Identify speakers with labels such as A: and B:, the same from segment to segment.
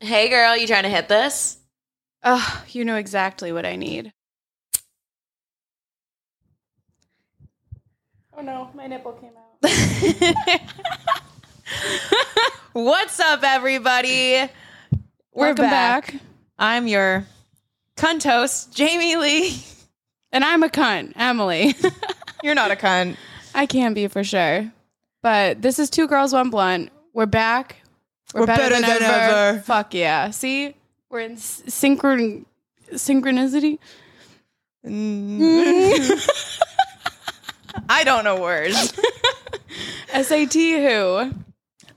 A: Hey girl, you trying to hit this?
B: Oh, you know exactly what I need.
C: Oh no, my nipple came out.
A: What's up, everybody? We're
B: Welcome
A: back. I'm your cunt host, Jamie Lee.
B: And I'm a cunt, Emily.
D: You're not a cunt.
B: I can be for sure. But this is Two Girls, One Blunt. We're back.
D: We're better than ever.
B: Fuck yeah. See? We're in s- synchron- synchronicity.
D: I don't know words.
B: SAT who?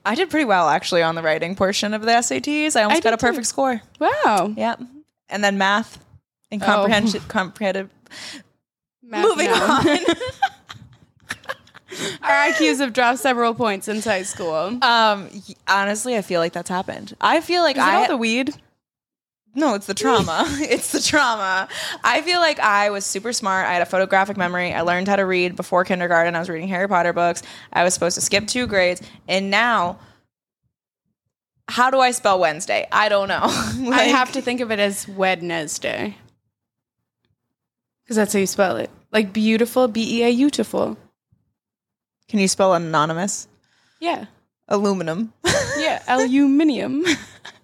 D: I did pretty well actually on the writing portion of the SATs. I almost
B: I
D: got a
B: did, too.
D: perfect score.
B: Wow.
D: Yep. And then math and
B: Oh.
D: comprehension comprehended.
B: Math
D: Moving
B: now.
D: on.
B: Our IQs have dropped several points since high school.
D: Um y- honestly, I feel like that's happened. I feel like I
B: weed?
D: No, it's the trauma. it's the trauma. I feel like I was super smart. I had a photographic memory. I learned how to read before kindergarten. I was reading Harry Potter books. I was supposed to skip two grades. And now, how do I spell Wednesday? I don't know.
B: I
D: Like,
B: have to think of it as Wednesday. Because that's how you spell it. Like beautiful, B E A beautiful.
D: Can you spell anonymous?
B: Yeah.
D: Aluminum.
B: Yeah. Aluminium.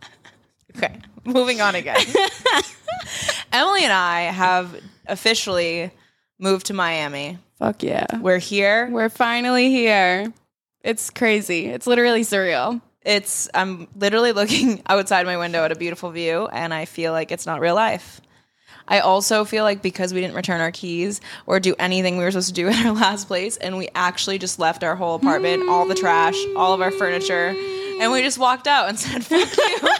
D: okay. Moving on again. Emily and I have officially moved to Miami.
B: Fuck yeah.
D: We're here.
B: We're finally here. It's crazy. It's literally surreal.
D: it's I'm literally looking outside my window at a beautiful view and I feel like it's not real life. I also feel like because we didn't return our keys or do anything we were supposed to do at our last place and we actually just left our whole apartment, all the trash, all of our furniture, and we just walked out and said fuck you. To our-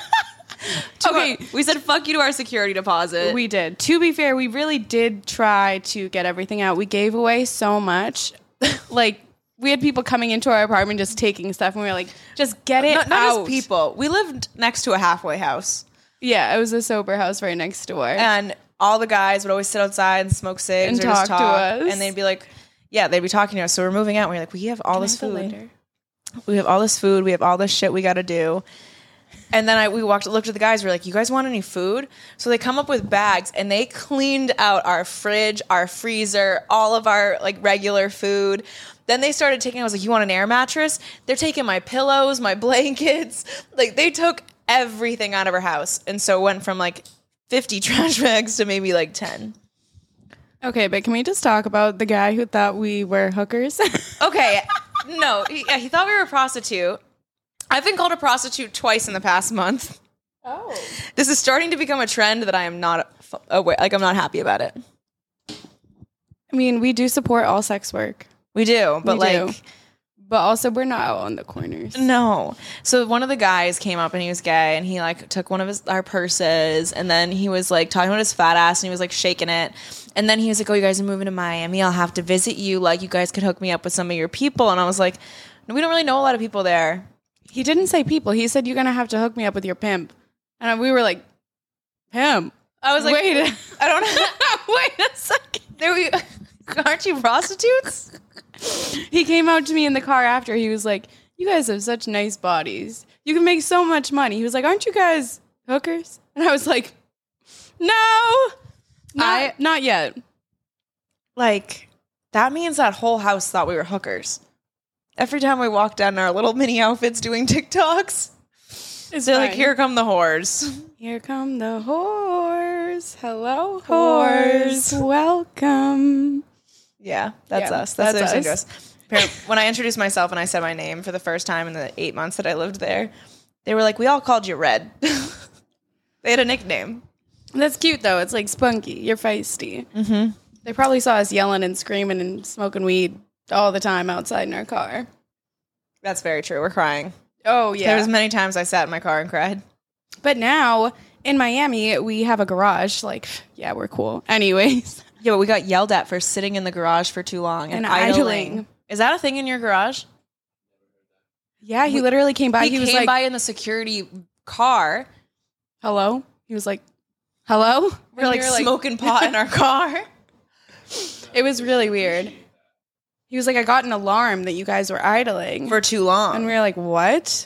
B: Okay.
D: we said fuck you to our security deposit.
B: We did. To be fair, we really did try to get everything out. We gave away so much. like, we had people coming into our apartment just taking stuff, and we were like, just get it
D: not, not
B: out.
D: as people. We lived next to a halfway house.
B: Yeah, it was a sober house right next door.
D: and all the guys would always sit outside and smoke cigs
B: And
D: or just
B: talk
D: talk
B: to us.
D: and they'd be like, "Yeah, they'd be talking to us." So we're moving out. And we're like, "We have all this food. We have all this food. We have all this shit we got to do." And then I we walked looked at the guys. We're like, "You guys want any food?" So they come up with bags and they cleaned out our fridge, our freezer, all of our like regular food. Then they started taking. I was like, "You want an air mattress?" They're taking my pillows, my blankets. Like they took everything out of our house, and so it went from like fifty trash bags to maybe like ten.
B: Okay, but can we just talk about the guy who thought we were hookers?
D: Okay. No, he, he thought we were a prostitute. I've been called a prostitute twice in the past month.
C: Oh.
D: This is starting to become a trend that I am not f- aware, like I'm not happy about it.
B: I mean, we do support all sex work,
D: We do, but
B: We do.
D: like
B: but also we're not out on the corners.
D: no. So one of the guys came up and he was gay and he like took one of his our purses and then he was like talking about his fat ass and he was like shaking it. And then he was like, "Oh, you guys are moving to Miami. I'll have to visit you. Like you guys could hook me up with some of your people." And I was like, "We don't really know a lot of people there."
B: He didn't say people. He said you're gonna have to hook me up with your pimp, and we were like, him.
D: I was like,
B: Wait.
D: I don't know. Wait a second. There we, aren't you prostitutes?
B: He came out to me in the car after. He was like, "You guys have such nice bodies. You can make so much money." He was like, "Aren't you guys hookers?" And I was like, "No, not,
D: I-
B: not yet."
D: Like, that means that whole house thought we were hookers. Every time we walked down in our little mini outfits doing TikToks,
B: It's
D: they're like,
B: fine.
D: here come the whores.
B: Here come the whores. Hello,
D: Whores.
B: whores. Welcome.
D: Yeah, that's
B: Yeah,
D: us. That's,
B: that's
D: us. Appar- when I introduced myself and I said my name for the first time in the eight months that I lived there, they were like, we all called you Red. they had a nickname.
B: That's cute though. It's like spunky. You're feisty. Mm-hmm. They probably saw us yelling and screaming and smoking weed all the time outside in our car.
D: That's very true. We're crying.
B: Oh
D: There
B: yeah.
D: was many times I sat in my car and cried.
B: but now in Miami we have a garage. Like yeah, we're cool. Anyways,
D: Yeah, but we got yelled at for sitting in the garage for too long and,
B: And
D: idling.
B: idling.
D: Is that a thing in your garage?
B: yeah, he literally came by.
D: He,
B: He, was
D: came
B: like,
D: by in the security car.
B: "Hello." He was like, "Hello."
D: We're like,
B: we
D: smoking pot in our car.
B: It was really weird. He was like, "I got an alarm that you guys were idling."
D: For too long.
B: And we were like, what?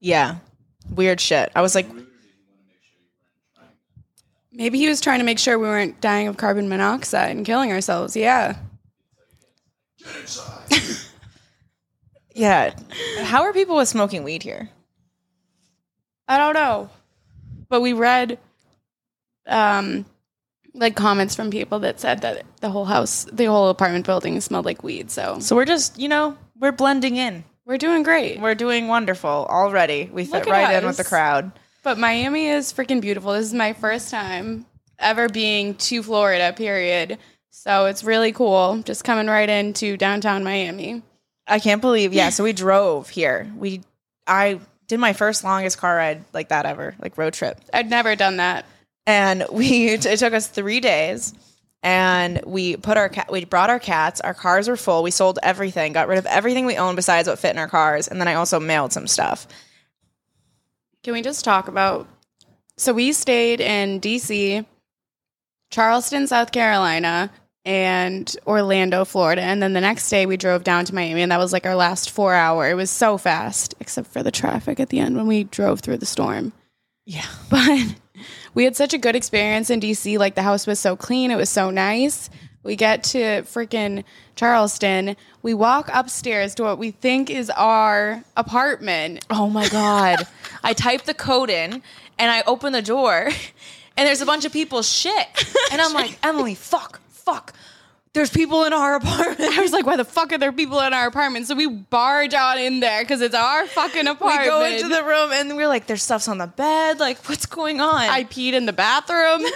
D: yeah. Weird shit. I was like,
B: Maybe he was trying to make sure we weren't dying of carbon monoxide and killing ourselves. Yeah.
D: yeah. How are people with smoking weed here?
B: I don't know. But we read um like comments from people that said that the whole house, the whole apartment building smelled like weed. So
D: So we're just, you know, we're blending in.
B: we're doing great.
D: We're doing wonderful already. We fit
B: Look at
D: right in with
B: us.
D: the crowd.
B: But Miami is freaking beautiful. This is my first time ever being to Florida, period. So it's really cool. Just coming right into downtown Miami.
D: I can't believe. Yeah, so we drove here. We I did my first longest car ride like that ever, like road trip.
B: I'd never done that.
D: And we it took us 3 days and we put our cat we brought our cats, our cars were full. We sold everything, got rid of everything we owned besides what fit in our cars, and then I also mailed some stuff.
B: Can we just talk about? So we stayed in DC, Charleston, South Carolina, and Orlando, Florida. And then the next day we drove down to Miami, and that was like our last four hour. It was so fast, except for the traffic at the end when we drove through the storm.
D: Yeah.
B: But we had such a good experience in DC. Like the house was so clean, it was so nice. We get to freaking Charleston. We walk upstairs to what we think is our apartment.
D: Oh my god. I typed the code in and I open the door and there's a bunch of people shit. And I'm like, Emily, fuck, fuck. There's people in our apartment.
B: I was like, why the fuck are there people in our apartment? So we barge on in there because it's our fucking apartment.
D: We go into the room and we're like, there's stuff's on the bed. Like, what's going on?
B: I peed in the bathroom.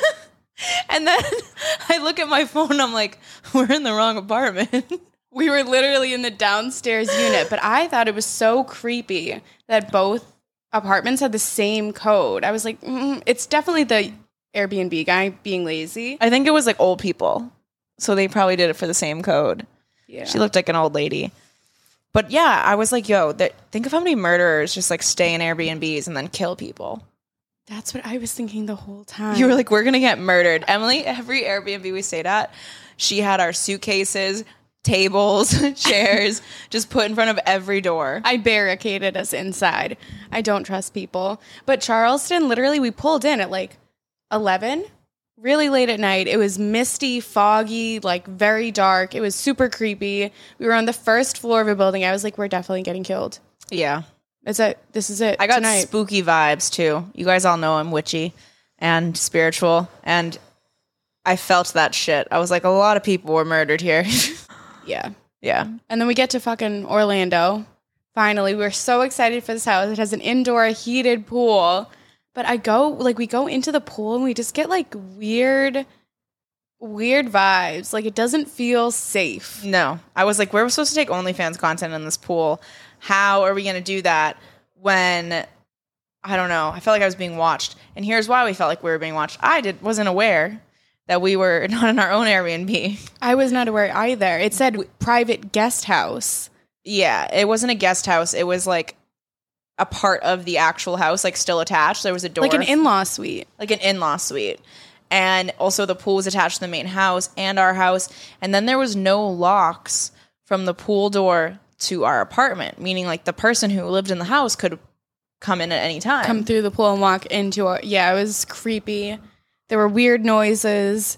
D: and then I look at my phone. I'm like, we're in the wrong apartment.
B: we were literally in the downstairs unit, but I thought it was so creepy that both apartments had the same code. I was like, mm, it's definitely the Airbnb guy being lazy.
D: I think it was like old people. So they probably did it for the same code.
B: Yeah.
D: She looked like an old lady. But yeah, I was like, yo, that, think of how many murderers just like stay in Airbnbs and then kill people.
B: That's what I was thinking the whole time.
D: You were like, we're gonna get murdered. Emily, every Airbnb we stayed at, she had our suitcases, tables, chairs, just put in front of every door.
B: I barricaded us inside. I don't trust people. But Charleston, literally, we pulled in at like 11, really late at night. It was misty, foggy, like very dark. It was super creepy. We were on the first floor of a building. I was like, we're definitely getting killed.
D: Yeah.
B: That's it. This is it.
D: I got
B: tonight.
D: spooky vibes too. You guys all know I'm witchy and spiritual, and I felt that shit. I was like, a lot of people were murdered here.
B: yeah.
D: yeah.
B: And then we get to fucking Orlando. Finally, we're so excited for this house. It has an indoor heated pool. But I go, like, we go into the pool and we just get like weird, weird vibes. Like, it doesn't feel safe.
D: No, I was like, we're supposed to take OnlyFans content in this pool. How are we going to do that when I don't know? I felt like I was being watched, and here's why we felt like we were being watched. I did wasn't aware that we were not in our own Airbnb.
B: I was not aware either. It said private guest house.
D: Yeah, it wasn't a guest house. It was like a part of the actual house, like still attached. There was a door,
B: Like an in law suite.
D: like an in-law suite and also the pool was attached to the main house and our house and then there was no locks from the pool door to our apartment meaning like the person who lived in the house could come in at any time
B: Come through the pool and walk into our yeah, it was creepy. There were weird noises.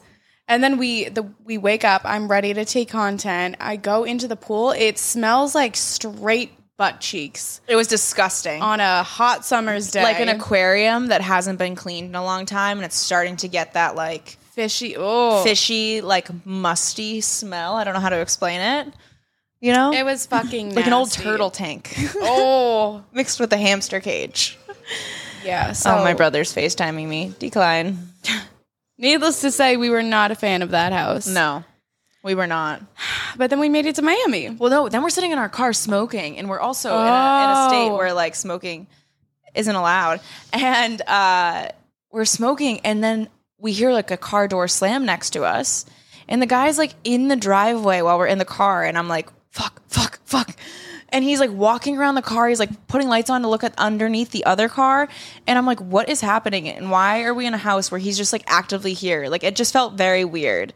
B: And then we the we wake up, I'm ready to take content. I go into the pool. It smells like straight butt cheeks
D: it was disgusting
B: on a hot summer's day.
D: like an aquarium that hasn't been cleaned in a long time and it's starting to get that like
B: fishy oh
D: fishy like musty smell i don't know how to explain it you know
B: It was fucking
D: like an old
B: nasty.
D: turtle tank
B: Oh
D: mixed with a hamster cage
B: yeah. So
D: oh my brother's facetiming me decline
B: Needless to say, we were not a fan of that house.
D: No, we were not.
B: But then we made it to Miami.
D: Well, no, then we're sitting in our car smoking, and we're also in, a, in a state
B: Oh.
D: where like smoking isn't allowed. And uh, we're smoking, and then we hear like a car door slam next to us, and the guy's like in the driveway while we're in the car, and I'm like, fuck, fuck, fuck. And he's like walking around the car. He's like putting lights on to look at underneath the other car. And I'm like, what is happening? And why are we in a house where he's just like actively here? Like, it just felt very weird.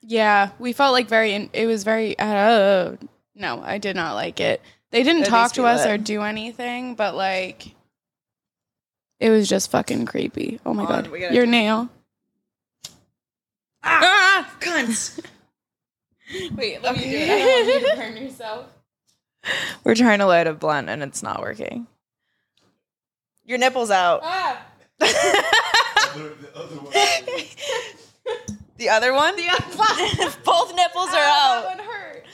B: Yeah, we felt like very. In, it was very. Uh, no, I did not like it. They didn't
D: At
B: talk
D: least
B: to
D: we
B: us
D: lit.
B: or do anything, but like, It was just fucking creepy. Oh my
D: Hold on,
B: god,
D: we gotta-
B: your nail.
D: Ah, cunts.
C: Wait, let me do it. I don't want you to burn yourself.
D: We're trying to light a blunt and it's not working. Your nipples out.
C: Ah!
D: The other one? The other Both nipples are
B: ah,
C: That
D: out.
C: one hurt.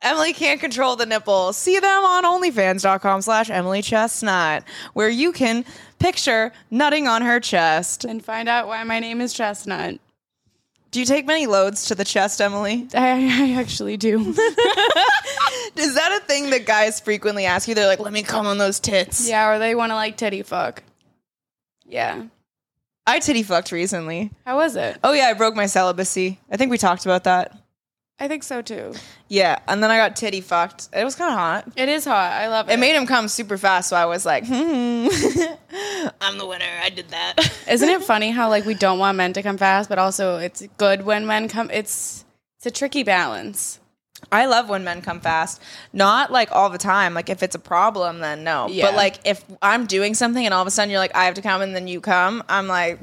D: Emily can't control the nipple. See them on OnlyFans.com slash Emily Chestnut, where you can picture nutting on her chest.
B: And find out why my name is Chestnut.
D: Do you take many loads to the chest, Emily?
B: I, I actually do.
D: Is that a thing that guys frequently ask you? They're like, let me come on those tits.
B: yeah, or they want to like titty fuck. Yeah.
D: I titty fucked recently.
B: How was it?
D: Oh, yeah, I broke my celibacy. I think we talked about that.
B: I think so too.
D: Yeah, and then I got titty fucked. It was kind of hot.
B: It is hot. I love it.
D: It made him come super fast, so I was like, hmm. I'm the winner. I did that.
B: Isn't it funny how like we don't want men to come fast, but also it's good when men come. It's it's a tricky balance.
D: I love when men come fast. Not like all the time. Like if it's a problem, then no.
B: Yeah.
D: But like if I'm doing something and all of a sudden you're like, I have to come and then you come, I'm like,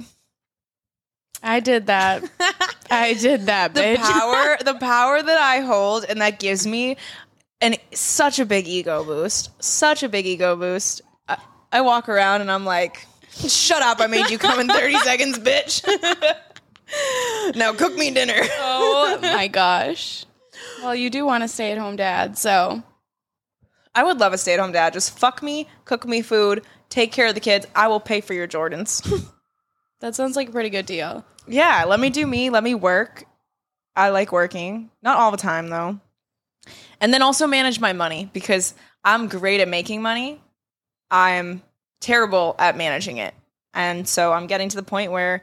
B: I did that. I did that,
D: the
B: bitch.
D: power, the power that I hold and that gives me an such a big ego boost. Such a big ego boost. I, I walk around and I'm like, shut up, I made you come in 30 seconds, bitch. now cook me dinner.
B: oh my gosh. Well, you do want to stay at home dad, so
D: I would love a stay at home dad. Just fuck me, cook me food, take care of the kids. I will pay for your Jordans.
B: that sounds like a pretty good deal.
D: yeah, let me do me. Let me work. I like working. Not all the time, though. And then also manage my money because I'm great at making money. I'm terrible at managing it. And so I'm getting to the point where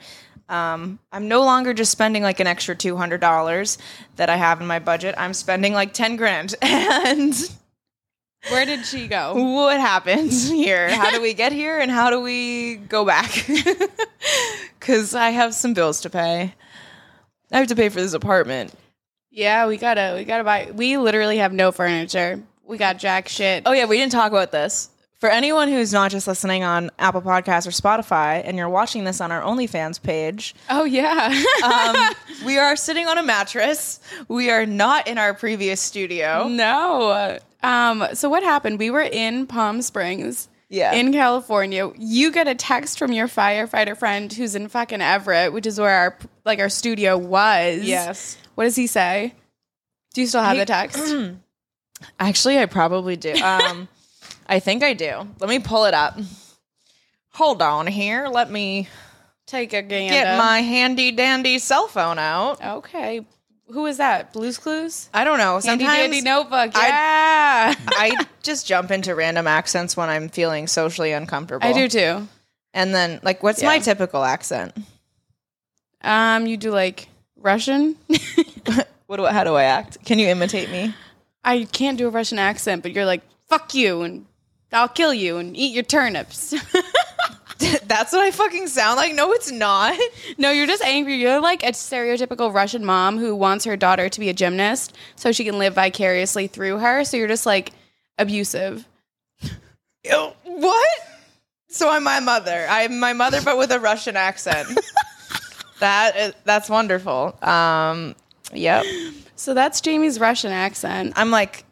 D: um, I'm no longer just spending like an extra $200 that I have in my budget. I'm spending like 10 grand. And.
B: Where did she go?
D: what happened here? How do we get here and how do we go back? Because I have some bills to pay. I have to pay for this apartment.
B: Yeah, we gotta we gotta buy. We literally have no furniture. We got jack shit.
D: Oh, yeah, we didn't talk about this. For anyone who's not just listening on Apple Podcasts or Spotify and you're watching this on our OnlyFans page,
B: oh yeah.
D: um, we are sitting on a mattress. We are not in our previous
B: Mm,
D: studio.
B: No. Um, so what happened? We were in Palm Springs.
D: Yeah.
B: In California, you get a text from your firefighter friend who's in fucking Everett, which is where our like our studio was.
D: Yes.
B: What does he say? Do you still have the text?
D: Actually, I probably do. Um, I think I do. Let me pull it up. Hold on here. Let me.
B: Take a gander.
D: get my handy dandy cell phone out.
B: Okay. Who is that? Blues Clues?
D: I don't know.
B: Handy
D: Sometimes
B: dandy notebook.
D: I-
B: Yeah.
D: I just jump into random accents when I'm feeling socially uncomfortable.
B: I do too.
D: And then, like, what's my
B: Yeah.
D: typical accent?
B: Um, you do like Russian?
D: What do, how do I act? Can you imitate me?
B: I can't do a Russian accent, but you're like, fuck you, and I'll kill you, and eat your turnips.
D: That's what I fucking sound like. No, it's not.
B: no, you're just angry. You're like a stereotypical Russian mom who wants her daughter to be a gymnast so she can live vicariously through her. So you're just like abusive.
D: Ew, What? So I'm my mother. I'm my mother, but with a Russian accent. that is, that's wonderful. Um, yep.
B: So that's Jamie's Russian accent.
D: I'm like,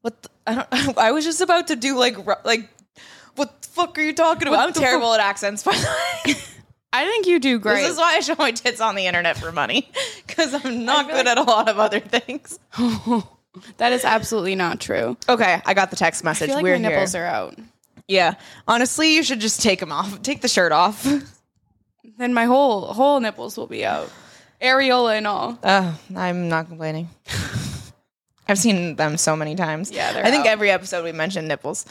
D: what? The, I don't. I was just about to do like, ru- like, what the fuck are you talking about? I'm terrible at accents. By the way,
B: I think you do great.
D: this is why I show my tits on the internet for money because I'm not
B: feel
D: good
B: like-
D: at a lot of other things.
B: that is absolutely not true.
D: Okay, I got the text
B: I
D: message.
B: feel like
D: We're
B: your nipples
D: here.
B: are out.
D: yeah, honestly, you should just take them off. Take the shirt off.
B: Then my whole whole nipples will be out. Areola and all.
D: Oh, I'm not complaining. I've seen them so many times.
B: Yeah, they're
D: I think
B: out.
D: every episode we mention nipples.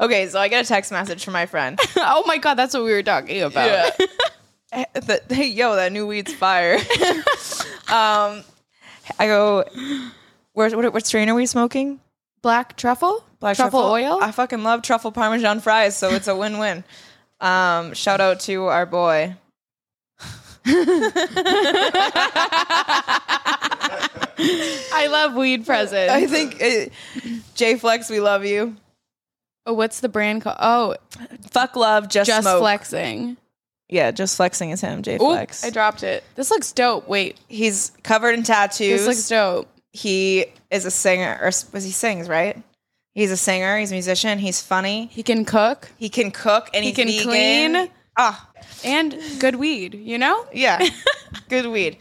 D: okay, so I get a text message from my friend.
B: oh my god, that's what we were talking about.
D: the, hey, yo, that new weed's fire. um, I go, where, what, what strain are we smoking?
B: Black truffle?
D: Black
B: truffle, oil?
D: I fucking love truffle parmesan fries, so it's a win-win. Um, shout out to our boy.
B: I love weed presents.
D: I think uh J Flex, we love you.
B: Oh, what's the brand called? Oh,
D: Fuck love, just,
B: just
D: smoke.
B: flexing.
D: Yeah, just flexing is him. J
B: Ooh,
D: Flex.
B: I dropped it. This looks dope. Wait,
D: He's covered in tattoos.
B: this looks dope.
D: he is a singer, or s- was he sings right? He's a singer. He's a musician. He's funny.
B: He can cook
D: He can cook and
B: He
D: he's
B: can
D: vegan.
B: clean.
D: Ah,
B: and good weed. You know,
D: yeah, good weed.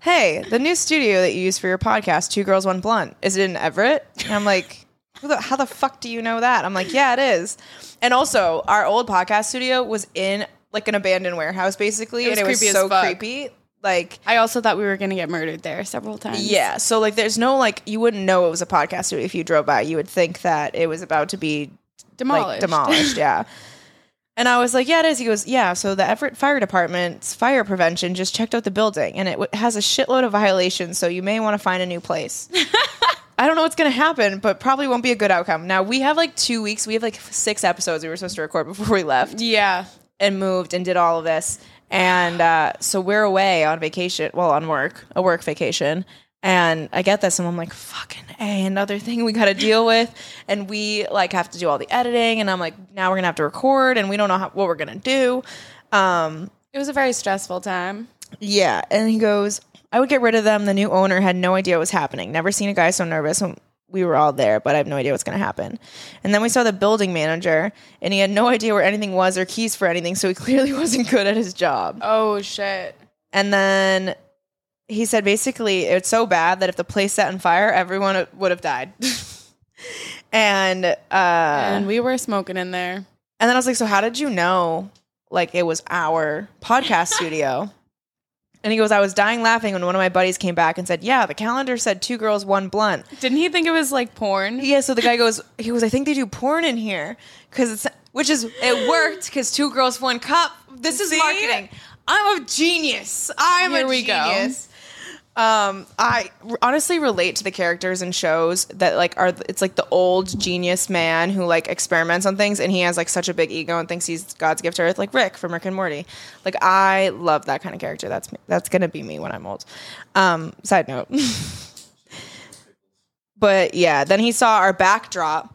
D: Hey, the new studio that you use for your podcast, Two Girls One Blunt, is it in Everett? And I'm like, Who the, how the fuck do you know that? I'm like, yeah, it is. And also, our old podcast studio was in like an abandoned warehouse, basically,
B: was
D: and it
B: creepy
D: was
B: as
D: so
B: fuck.
D: creepy. Like,
B: I also thought we were gonna get murdered there several times.
D: Yeah. So like there's no like you wouldn't know it was a podcast studio if you drove by. You would think that it was about to be
B: demolished.
D: like demolished. Yeah. And I was like, yeah, it is. He goes, yeah. So the Everett Fire Department's fire prevention just checked out the building and it w- has a shitload of violations. So you may want to find a new place. I don't know what's going to happen, but probably won't be a good outcome. Now we have like two weeks. We have like six episodes we were supposed to record before we left
B: Yeah.
D: and moved and did all of this. And uh, so we're away on vacation, well, on work, a work vacation. And I get this, and I'm like, fucking A, another thing we got to deal with. And we like have to do all the editing. And I'm like, now we're going to have to record, and we don't know how, what we're going to do. Um,
B: It was a very stressful time.
D: yeah. And he goes, I would get rid of them. The new owner had no idea what was happening. Never seen a guy so nervous. when We were all there, but I have no idea what's going to happen. And then we saw the building manager, and he had no idea where anything was or keys for anything. So he clearly wasn't good at his job.
B: Oh shit.
D: And then he said basically it's so bad that if the place set on fire, everyone would have died. and uh,
B: and
D: and
B: we were smoking in there.
D: then I was like, so how did you know? Like it was our podcast studio. And he goes, I was dying laughing when one of my buddies came back and said, Yeah, the calendar said two girls, one blunt.
B: Didn't he think it was like porn?
D: Yeah, so the guy goes, He goes, I think they do porn in here. Cause it's, which is, it worked because two girls, one cup. This is
A: See?
D: marketing. I'm a genius. I'm
B: Here
D: a
B: we go.
D: genius. Um, I r- honestly relate to the characters in shows that like are th- it's like the old genius man who like experiments on things and he has like such a big ego and thinks he's God's gift to earth, like Rick from Rick and Morty. Like I love that kind of character. That's me. that's gonna be me when I'm old. Um, side note. but yeah, then he saw our backdrop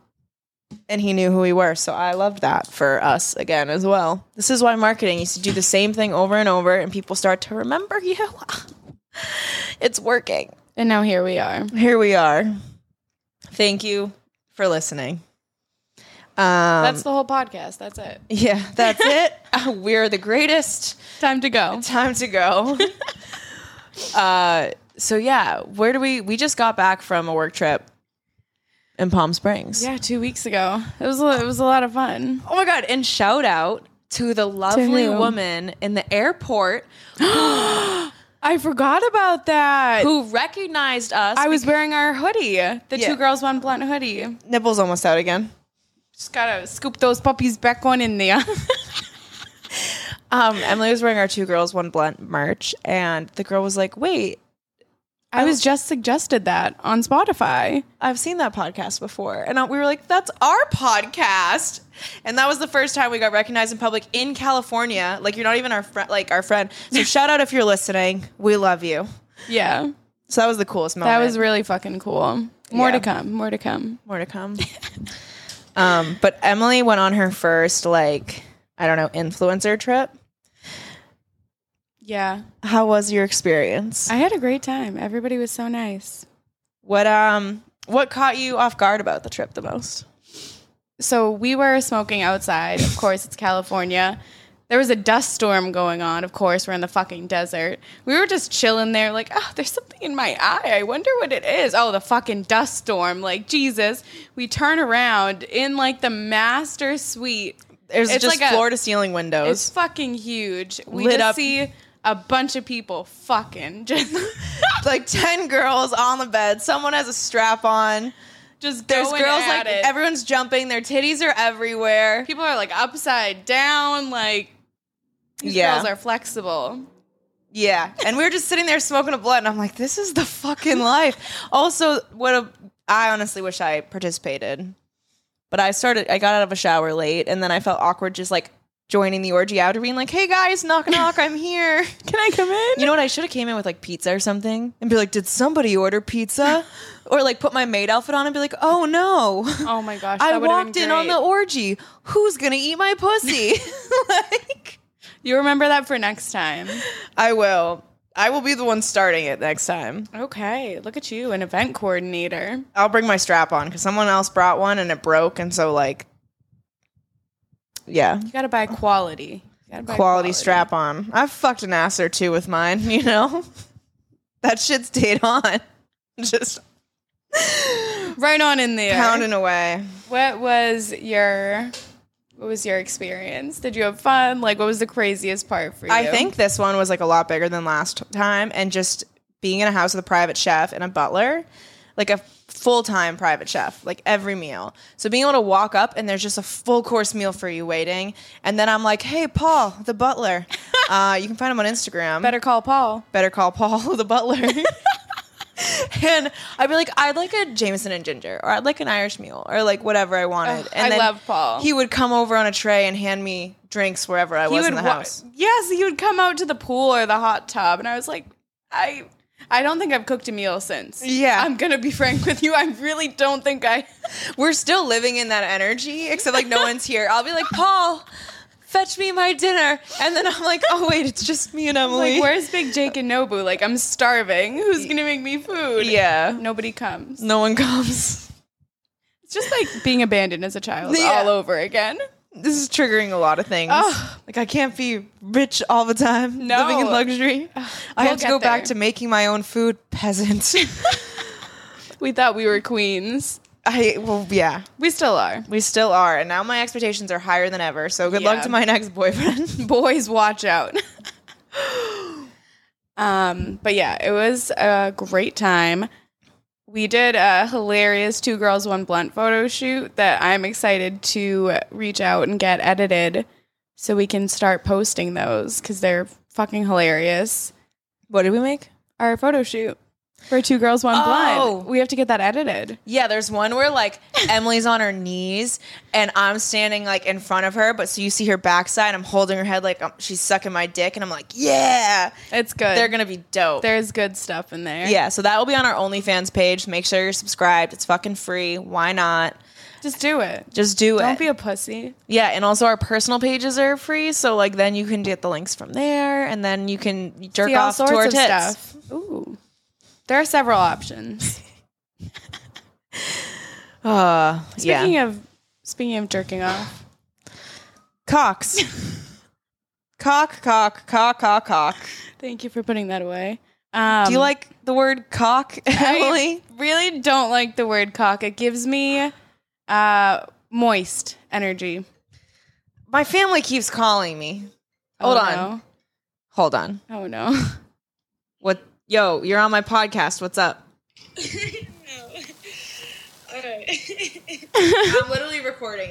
D: and he knew who we were. So I loved that for us again as well. This is why marketing used to do the same thing over and over and people start to remember you. it's working.
B: And now here we are.
D: Here we are. Thank you for listening. Um,
B: That's the whole podcast. That's it.
D: yeah, that's it. Uh, We're the greatest.
B: Time to go.
D: Time to go. uh, so yeah, where do we? We just got back from a work trip in Palm Springs.
B: Yeah, two weeks ago. It was a, it was a lot of fun.
D: Oh my god! And shout out to the lovely
B: who?
D: woman in the airport
B: I forgot about that.
D: who recognized us.
B: I was wearing our hoodie, the
D: Yeah.
B: two girls one blunt hoodie.
D: nipples almost out again.
B: Just gotta scoop those puppies back on in there.
D: Um, Emily was wearing our two girls one blunt merch, and the girl was like, "Wait,
B: I was just suggested that on Spotify.
D: I've seen that podcast before. And I- we were like, that's our podcast. And that was the first time we got recognized in public in California. Like, you're not even our friend, like our friend. So shout out if you're listening. We love you.
B: Yeah,
D: So that was the coolest moment.
B: that was really fucking cool. More
D: Yeah.
B: to come. More to come.
D: more to come. um, but Emily went on her first, like, I don't know, influencer trip.
B: Yeah,
D: How was your experience?
B: I had a great time. Everybody was so nice.
D: What um what caught you off guard about the trip the most?
B: so we were smoking outside. Of course, it's California. There was a dust storm going on. Of course, we're in the fucking desert. We were just chilling there, like, oh, there's something in my eye. I wonder what it is. Oh, the fucking dust storm. Like, Jesus. We turn around in like the master suite.
D: There's
B: It's
D: just
B: like a-
D: floor to ceiling
B: It's
D: windows.
B: fucking huge. We
D: Lit
B: just
D: up.
B: see a bunch of people fucking just,
D: like 10 girls on the bed. Someone has a strap on.
B: just
D: There's
B: going
D: girls
B: at
D: like
B: it.
D: everyone's jumping. Their titties are everywhere.
B: people are like upside down. Like, these
D: Yeah.
B: girls are flexible.
D: Yeah, and we were just sitting there smoking a blunt, and I'm like, "This is the fucking life." Also, what a I honestly wish I participated, but I started. I got out of a shower late, and then I felt awkward just like joining the orgy out or being like, "Hey guys, knock knock, I'm here."
B: Can I come in?
D: You know what? I should have came in with like pizza or something and be like, "Did somebody order pizza?" or like put my maid outfit on and be like, "Oh no."
B: oh my gosh.
D: I
B: that would've been
D: walked in on
B: great.
D: the orgy. Who's gonna eat my pussy? like,
B: You remember that for next time.
D: I will. I will be the one starting it next time.
B: Okay. Look at you, an event coordinator.
D: I'll bring my strap on because someone else brought one and it broke, and so like, yeah,
B: You gotta buy quality. You gotta buy
D: quality, strap on. I've fucked an ass or two with mine, you know. that shit stayed on, just
B: Right on in there.
D: pounding away.
B: What was your what was your experience? Did you have fun? Like what was the craziest part for you?
D: I think this one was like a lot bigger than last time, and just being in a house with a private chef and a butler, like a full time private chef, like every meal. So being able to walk up and there's just a full course meal for you waiting, and then I'm like, hey, Paul, the butler. uh, you can find him on Instagram.
B: Better call Paul.
D: Better call Paul, the butler. and I'd be like, I'd like a Jameson and ginger, or I'd like an Irish mule, or like whatever I wanted.
B: Ugh,
D: and
B: I love Paul.
D: He would come over on a tray and hand me drinks wherever I was in the
B: wa-
D: house.
B: Yes, he would come out to the pool or the hot tub, and I was like, I, I don't think I've cooked a meal since.
D: Yeah.
B: I'm gonna be frank with you. I really don't think I.
D: We're still living in that energy, except like no one's here. I'll be like, Paul, fetch me my dinner. And then I'm like, oh, wait, it's just me and Emily.
B: Like, where's Big Jake and Nobu? Like, I'm starving. Who's gonna make me food?
D: yeah.
B: Nobody comes.
D: No one comes.
B: It's just like being abandoned as a child
D: Yeah.
B: all over again.
D: This is triggering a lot of things.
B: Ugh.
D: Like, I can't be rich all the time,
B: No.
D: living in luxury. I have to
B: get
D: go back
B: there.
D: to making my own food, peasant.
B: We thought we were queens.
D: I, well, yeah,
B: We still are.
D: we still are. And now my expectations are higher than ever. So good
B: Yeah.
D: luck to my next boyfriend.
B: boys watch out um but yeah it was a great time we did a hilarious two girls one blunt photo shoot that i'm excited to reach out and get edited so we can start posting those because they're fucking hilarious
D: what did we make?
B: our photo shoot for two girls one
D: Oh.
B: blunt we have to get that edited
D: Yeah, there's one where like Emily's on her knees and I'm standing like in front of her, but so you see her backside. I'm holding her head like um, she's sucking my dick, and I'm like, yeah,
B: it's good
D: they're gonna be dope.
B: there's good stuff in there
D: yeah, so that will be on our OnlyFans page. Make sure you're subscribed. It's fucking free. Why not?
B: just do it
D: Just do
B: don't
D: it.
B: be a pussy
D: yeah, and also our personal pages are free, so like then you can get the links from there, and then you can jerk
B: See all
D: off to our
B: sorts of
D: tits.
B: stuff. Ooh, there are several options.
D: Uh, yeah,
B: Speaking of speaking of jerking off,
D: cocks, cock, cock, cock, cock, cock.
B: thank you for putting that away. Um,
D: Do you like the word cock, Emily?
B: I really don't like the word cock. It gives me uh, moist energy.
D: My family keeps calling me. Hold
B: oh,
D: on. Hold on.
B: No. Oh no.
D: What? Yo, you're on my podcast. What's up?
C: All right.
D: I'm literally recording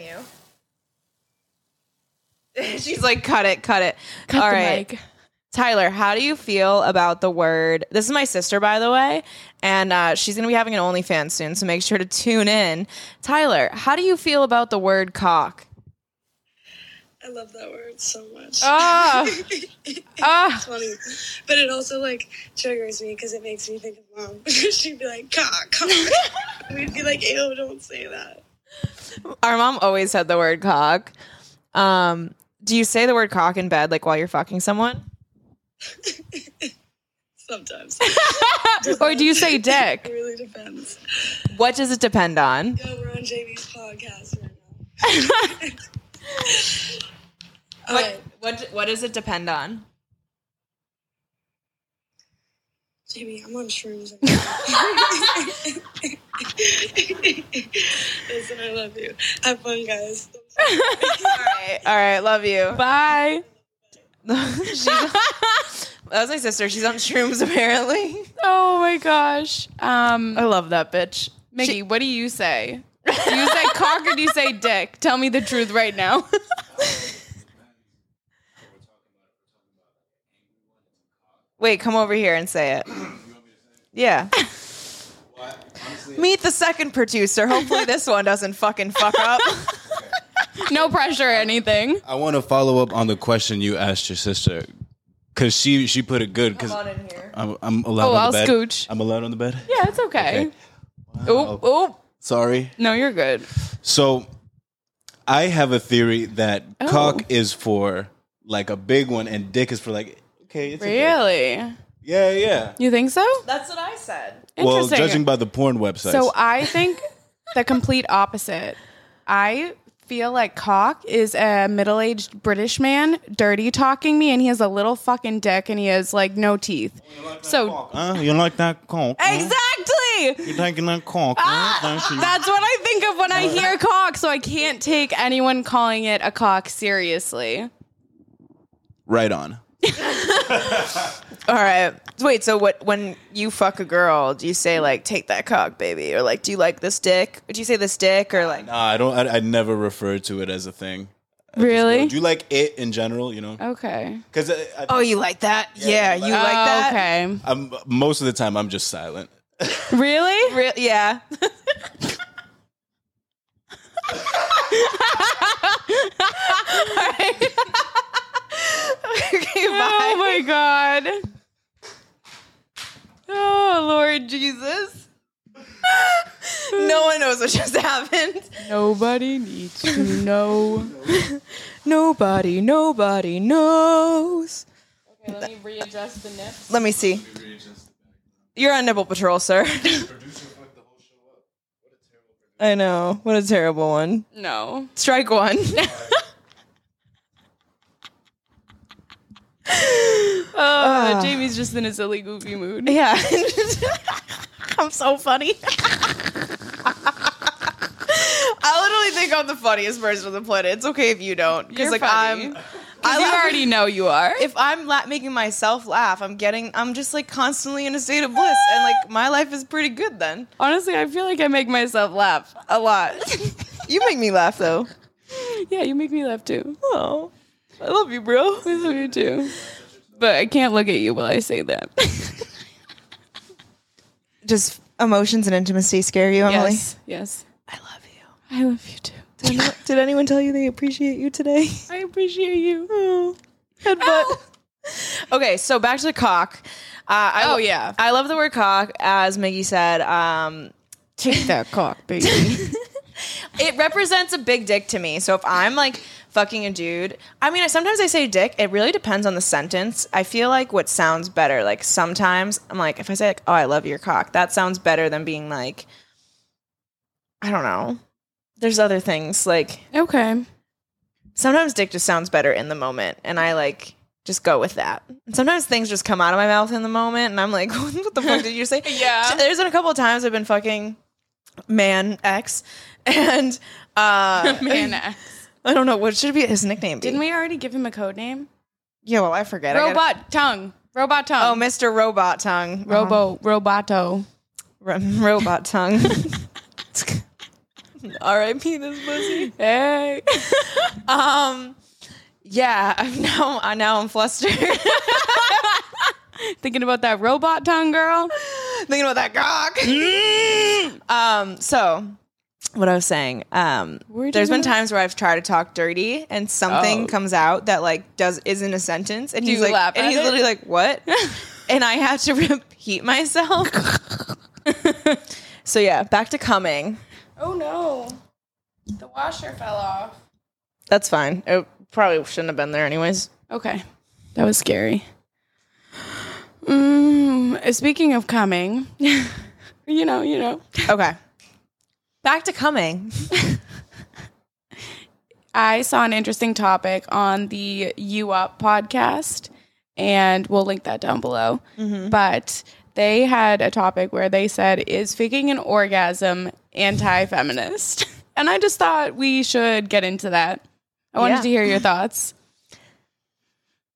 D: you. She's like, cut it, cut it. All right,
B: The mic.
D: Tyler, how do you feel about the word? This is my sister, by the way, and uh, she's going to be having an OnlyFans soon, so make sure to tune in. Tyler, how do you feel about the word cock?
C: I love that word so much.
B: Ah, ah.
C: It's funny, but it also like triggers me because it makes me think of mom. She'd be like, "Cock, cock." We'd be like, "Ew, don't say that."
D: Our mom always said the word cock. Um, do you say the word cock in bed, like while you're fucking someone?
C: Sometimes
B: Or do you say
C: it
B: dick?
C: really depends.
D: What does it depend on?
C: Yo, we're on JV's podcast right now. All
D: What
C: right,
D: what what does it depend on?
C: JV, I'm on shrooms. right now. Listen, I love you. Have fun, guys.
D: All right, all right, love you.
B: Bye.
D: She's- that was my sister. She's on shrooms apparently.
B: Oh my gosh. Um,
D: I love that bitch.
B: Mickey, what do you say? Do you say cock or do you say dick? Tell me the truth right now.
D: Wait, come over here and say it. Yeah. Meet the second producer. Hopefully this one doesn't fucking fuck up.
B: no pressure or anything.
E: I want to follow up on the question you asked your sister because she she put it good. Because I'm, I'm allowed.
B: Oh,
E: on
B: I'll
E: the bed.
B: scooch.
E: I'm allowed on the bed.
B: Yeah, it's okay. Oh, oh,
E: Sorry.
B: no, you're good.
E: So I have a theory that
B: Oh.
E: cock is for like a big one and dick is for like okay. It's okay.
B: Really?
E: Yeah, yeah.
B: You think so?
D: That's what I said.
E: Well,
B: Interesting.
E: judging by the porn websites.
B: So I think the complete opposite. I feel like cock is a middle-aged British man dirty talking me, and he has a little fucking dick, and he has like no teeth.
E: Oh,
B: So
E: Huh? you like that cock? huh?
B: exactly.
E: You taking that cock?
B: Ah!
E: huh? Thank you.
B: That's what I think of when I hear cock, so I can't take anyone calling it a cock seriously.
E: Right on.
D: All right. So Wait. So what? When you fuck a girl, do you say like "take that cock, baby," or like "do you like this dick"? Would you say this dick or like?
E: Nah, I don't. I, I never refer to it as a thing.
B: Really? Oh.
E: Do you like it in general? You know,
B: Okay.
E: because I,
D: Oh, you like that? Yeah, you like that.
B: Oh, Okay.
E: I'm most of the time I'm just silent.
B: Really?
D: Re- yeah. okay, bye.
B: Oh my god. Oh Lord Jesus.
D: No one knows what just happened.
B: Nobody needs to know.
D: Nobody, nobody knows.
B: Let me readjust the nips.
D: Let me see. You're on nipple patrol, sir. I know. What a terrible one.
B: No.
D: Strike one. Ah.
B: Uh, Jamie's just in a silly goofy mood.
D: yeah. I'm so funny. I literally think I'm the funniest person on the planet. It's okay if you don't, because
B: You're
D: like
B: funny.
D: I'm.
B: 'Cause
D: I
B: you
D: laugh-
B: already know you are.
D: if I'm la- making myself laugh, I'm getting, I'm just like constantly in a state of bliss, and like my life is pretty good then.
B: Honestly, I feel like I make myself laugh a lot.
D: You make me laugh though.
B: yeah, you make me laugh too.
D: Oh, I love you, bro.
B: I love you too. But I can't look at you while I say that.
D: Does emotions and intimacy scare you, Emily?
B: yes. Yes.
D: I love you.
B: I love you too.
D: Did anyone tell you they appreciate you today?
B: I appreciate you. Oh,
D: Headbutt. Okay, so back to the cock. Uh, I,
B: Oh, yeah.
D: I love the word cock. As Miggy said, um,
B: Take that cock, baby.
D: it represents a big dick to me. So if I'm like fucking a dude, I mean, I, sometimes I say dick. It really depends on the sentence. I feel like what sounds better. Like sometimes I'm like, if I say like, oh, I love your cock, that sounds better than being like, I don't know. There's other things like
B: okay.
D: sometimes dick just sounds better in the moment, and I like just go with that. And sometimes things just come out of my mouth in the moment, and I'm like, what the fuck did you say?
B: Yeah.
D: There's been a couple of times I've been fucking man X, and uh,
B: Man X.
D: I don't know what should be his nickname. be?
B: Didn't we already give him a code name?
D: Yeah, well, I forget. I gotta-
B: Robot tongue. Robot
D: oh,
B: tongue.
D: Mr. Robot Tongue. Uh-huh.
B: Robo Roboto.
D: Ro- robot Tongue. R.I.P. This pussy.
B: Hey.
D: Um, yeah. I'm now. I now I'm flustered thinking
B: Thinking about that robot tongue girl.
D: about that cock.
B: Mm.
D: um. So. What I was saying, um,
B: Where did
D: there's been
B: I-
D: times where I've tried to talk dirty and something
B: Oh.
D: comes out that like does isn't a sentence, and he's
B: you
D: like,
B: laugh
D: and
B: at
D: he's
B: it?
D: literally like, what? and I have to repeat myself. so yeah, back to coming.
B: Oh no. The washer fell off.
D: That's fine. It probably shouldn't have been there anyways.
B: Okay. That was scary. Mm, speaking of coming, you know, you know.
D: Okay. Back to coming.
B: I saw an interesting topic on the You Up podcast, and we'll link that down below.
D: Mm-hmm.
B: But they had a topic where they said, Is faking an orgasm anti feminist? And I just thought we should get into that. I wanted
D: Yeah.
B: to hear your thoughts.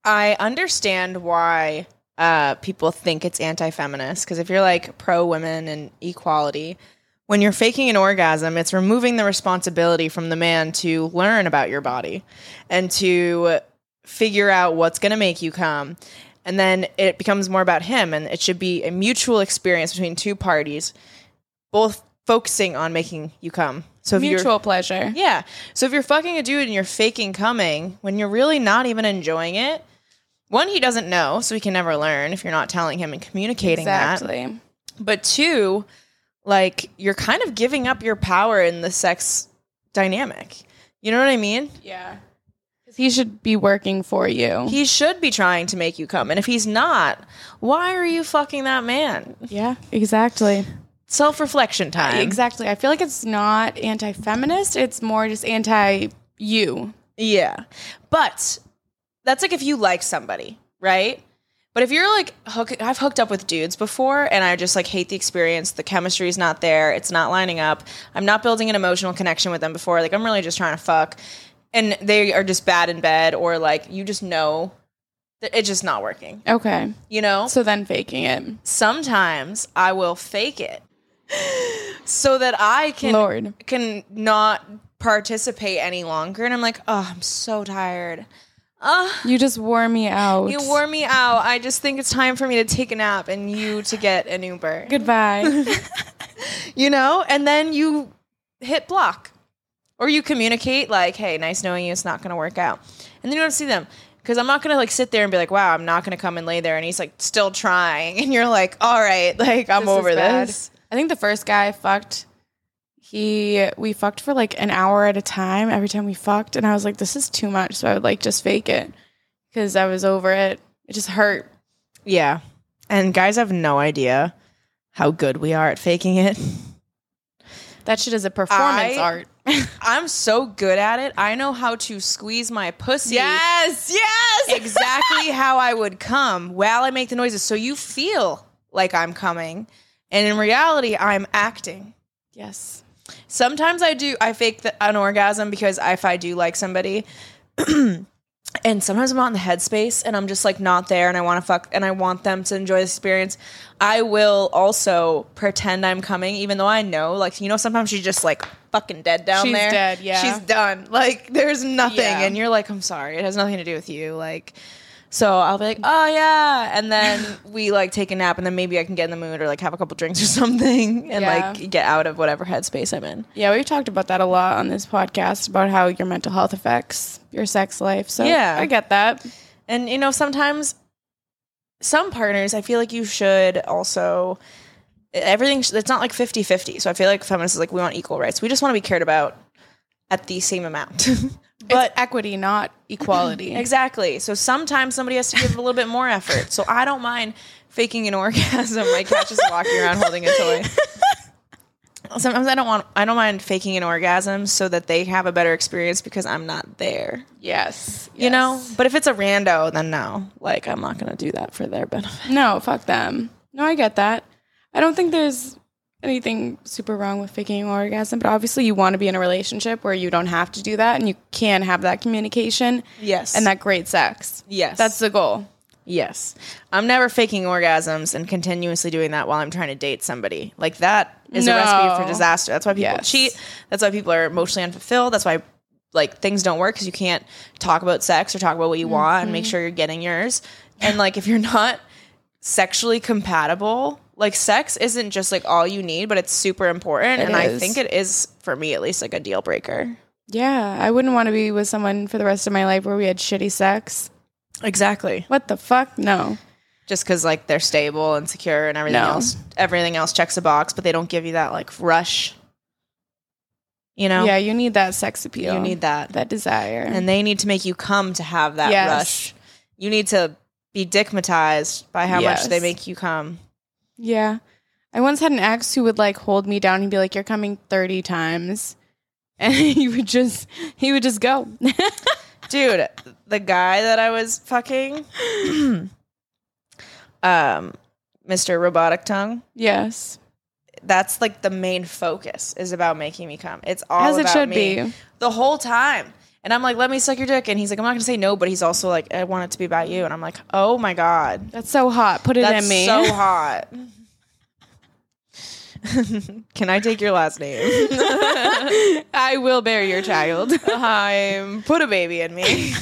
D: I understand why uh, people think it's anti feminist because if you're like pro women and equality, when you're faking an orgasm, it's removing the responsibility from the man to learn about your body and to figure out what's going to make you come. And then it becomes more about him, and it should be a mutual experience between two parties, both focusing on making you come. So if you're
B: Mutual pleasure.
D: yeah. So if you're fucking a dude and you're faking coming when you're really not even enjoying it, one, he doesn't know, so he can never learn if you're not telling him and communicating that.
B: Exactly.
D: But two, like you're kind of giving up your power in the sex dynamic. You know what I mean?
B: Yeah. He should be working for you.
D: He should be trying to make you come. And if he's not, why are you fucking that man?
B: yeah, exactly.
D: Self reflection time.
B: Exactly. I feel like it's not anti feminist, it's more just anti you.
D: Yeah. But that's like if you like somebody, right? But if you're like hook I've hooked up with dudes before and I just like hate the experience, the chemistry's not there, it's not lining up. I'm not building an emotional connection with them before. Like I'm really just trying to fuck and they are just bad in bed or like you just know that it's just not working,
B: Okay.
D: you know?
B: So then faking it.
D: sometimes I will fake it so that I can
B: Lord.
D: can not participate any longer. And I'm like, oh, I'm so tired. Ah,
B: You just wore me out.
D: you wore me out. I just think it's time for me to take a nap and you to get an Uber.
B: Goodbye.
D: You know, and then you hit block. Or you communicate like, hey, nice knowing you, it's not gonna work out. And then you don't see them. Because I'm not gonna like sit there and be like, wow, I'm not gonna come and lay there. And he's like still trying. And you're like, all right, like I'm
B: This is
D: over
B: bad.
D: this.
B: I think the first guy I fucked, he we fucked for like an hour at a time every time we fucked, and I was like, this is too much, so I would like just fake it because I was over it. It just hurt.
D: Yeah. And guys have no idea how good we are at faking it.
B: That shit is a performance
D: I-
B: art.
D: I'm so good at it. I know how to squeeze my pussy
B: Yes, yes.
D: exactly how I would come while I make the noises. So you feel like I'm coming. And in reality, I'm acting.
B: Yes.
D: Sometimes I do, I fake the, an orgasm because if I do like somebody, and sometimes I'm not in the headspace and I'm just like not there and I want to fuck and I want them to enjoy the experience. I will also pretend I'm coming, even though I know, like, you know, sometimes she's just like fucking dead down
B: She's
D: there.
B: dead, yeah.
D: She's done. Like, there's nothing.
B: Yeah.
D: And you're like, I'm sorry. It has nothing to do with you. Like, so I'll be like, oh yeah. And then we like take a nap and then maybe I can get in the mood or like have a couple drinks or something and
B: Yeah.
D: like get out of whatever headspace I'm in.
B: Yeah, we've talked about that a lot on this podcast about how your mental health affects your sex life. So
D: Yeah.
B: I get that.
D: And you know, sometimes some partners, I feel like you should also everything sh- it's not like 50-50. So I feel like feminists is like we want equal rights. We just want to be cared about at the same amount.
B: But equity, not equality.
D: exactly. So sometimes somebody has to give a little bit more effort. So I don't mind faking an orgasm. My cat's just walking around holding a toy. Sometimes I don't want I don't mind faking an orgasm so that they have a better experience because I'm not there.
B: yes,
D: You know? But if it's a rando, then no. Like I'm not gonna do that for their benefit.
B: No, fuck them. No, I get that. I don't think there's anything super wrong with faking an orgasm, but obviously you want to be in a relationship where you don't have to do that and you can have that communication
D: Yes.
B: and that great sex.
D: yes.
B: That's the goal.
D: yes. I'm never faking orgasms and continuously doing that while I'm trying to date somebody. Like that is a recipe
B: No.
D: for disaster. That's why people
B: Yes.
D: cheat. That's why people are emotionally unfulfilled. That's why like things don't work cuz you can't talk about sex or talk about what you want and make
B: Mm-hmm.
D: sure you're getting yours. And like if you're not sexually compatible, like sex isn't just like all you need, but it's super important
B: It
D: and I
B: is.
D: think it is for me at least like a deal breaker.
B: Yeah, I wouldn't want to be with someone for the rest of my life where we had shitty sex.
D: Exactly.
B: What the fuck? No.
D: just because like they're stable and secure and everything
B: No.
D: else everything else checks a box but they don't give you that like rush you know
B: Yeah, you need that sex appeal.
D: you need that
B: that desire.
D: and they need to make you come to have that
B: Yes.
D: rush you need to be dickmatized by how
B: Yes.
D: much they make you come
B: Yeah. I once had an ex who would like hold me down and be like, You're coming 30 times. And he would just he would just go.
D: dude the guy that i was fucking um mr robotic tongue
B: yes.
D: that's like the main focus is about making me come it's all
B: As it
D: about
B: should
D: me.
B: be.
D: the whole time. And I'm like, let me suck your dick. And he's like, I'm not going to say no, but he's also like, I want it to be about you. And I'm like, oh my God.
B: That's so hot. Put it
D: That's
B: in me.
D: so hot. Can I take your last name?
B: I will bear your child.
D: I'm put a baby in me.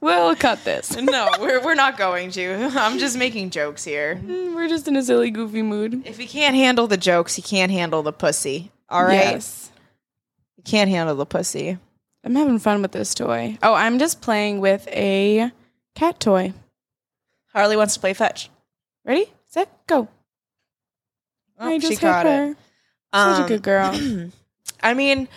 B: we'll cut this.
D: no, we're, we're not going to. I'm just making jokes here.
B: We're just in a silly, goofy mood.
D: If he can't handle the jokes, he can't handle the pussy. All right.
B: Yes.
D: You Can't handle the pussy.
B: I'm having fun with this toy. Oh, I'm just playing with a cat toy.
D: Harley wants to play fetch.
B: Ready, set, go.
D: Oh,
B: I
D: she
B: just
D: caught it.
B: got her. Such
D: Um,
B: a good girl.
D: I mean,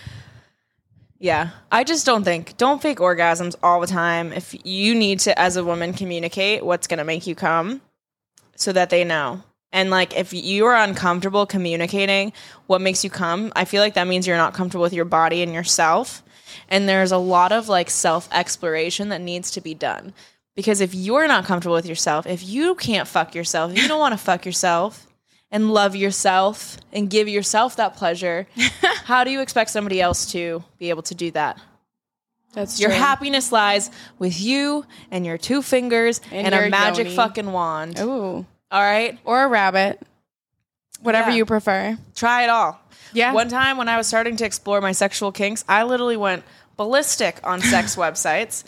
D: yeah, I just don't think don't fake orgasms all the time. If you need to, as a woman, communicate what's going to make you come, so that they know. And like, if you are uncomfortable communicating what makes you come, I feel like that means you're not comfortable with your body and yourself. And there's a lot of like self exploration that needs to be done. Because if you're not comfortable with yourself, if you can't fuck yourself, if you don't want to fuck yourself and love yourself and give yourself that pleasure, how do you expect somebody else to be able to do that?
B: That's
D: Your
B: true.
D: happiness lies with you and your two fingers and,
B: And
D: a
B: your
D: magic
B: yoni. Oh.
D: fucking wand.
B: Ooh,
D: All right?
B: or a rabbit, whatever
D: Yeah.
B: you prefer.
D: Try it all.
B: Yeah.
D: One time when I was starting to explore my sexual kinks, I literally went ballistic on sex websites.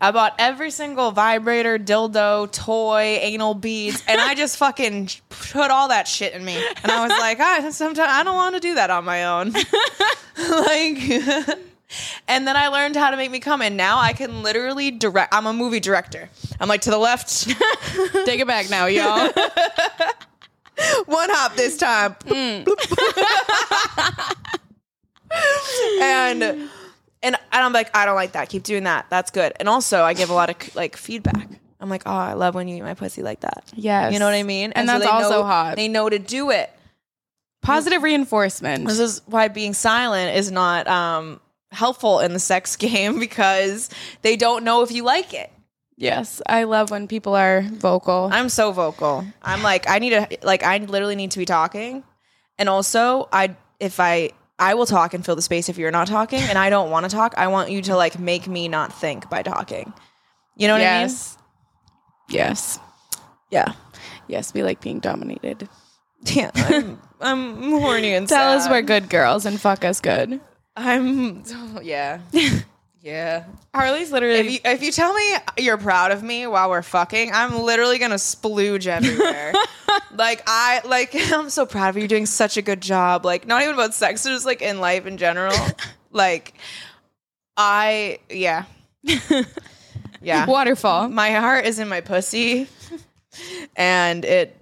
D: I bought every single vibrator, dildo, toy, anal beads, and I just fucking put all that shit in me. And I was like, I sometimes I don't want to do that on my own. like and then I learned how to make me come and now I can literally direct I'm a movie director. I'm like to the left,
B: Take it back now, y'all.
D: one hop this time.
B: Mm.
D: and and and I'm like, I don't like that. Keep doing that. That's good. And also, I give a lot of like feedback. I'm like, oh, I love when you eat my pussy like that.
B: yes.
D: You know what I mean?
B: And,
D: so
B: that's
D: they
B: also
D: know-
B: hot.
D: They know to do it.
B: Positive reinforcement.
D: This is why being silent is not um, helpful in the sex game because they don't know if you like it.
B: Yes, I love when people are vocal.
D: I'm so vocal. I'm like I need to like I literally need to be talking. And also I if I I will talk and fill the space if you're not talking and I don't want to talk. I want you to like make me not think by talking. You know what
B: yes. Yes.
D: I mean?
B: Yes, we like being dominated.
D: Yeah. Yeah. I'm, I'm horny and
B: Tell us
D: sad.
B: we're good girls and fuck us good.
D: I'm yeah. Yeah.
B: Harley's
D: If
B: literally
D: you, if you tell me you're proud of me while we're fucking, I'm literally gonna splooge everywhere. like I like I'm so proud of you. You're doing such a good job. Like not even about sex, just like in life in general. like I yeah yeah.
B: waterfall.
D: My heart is in my pussy, and it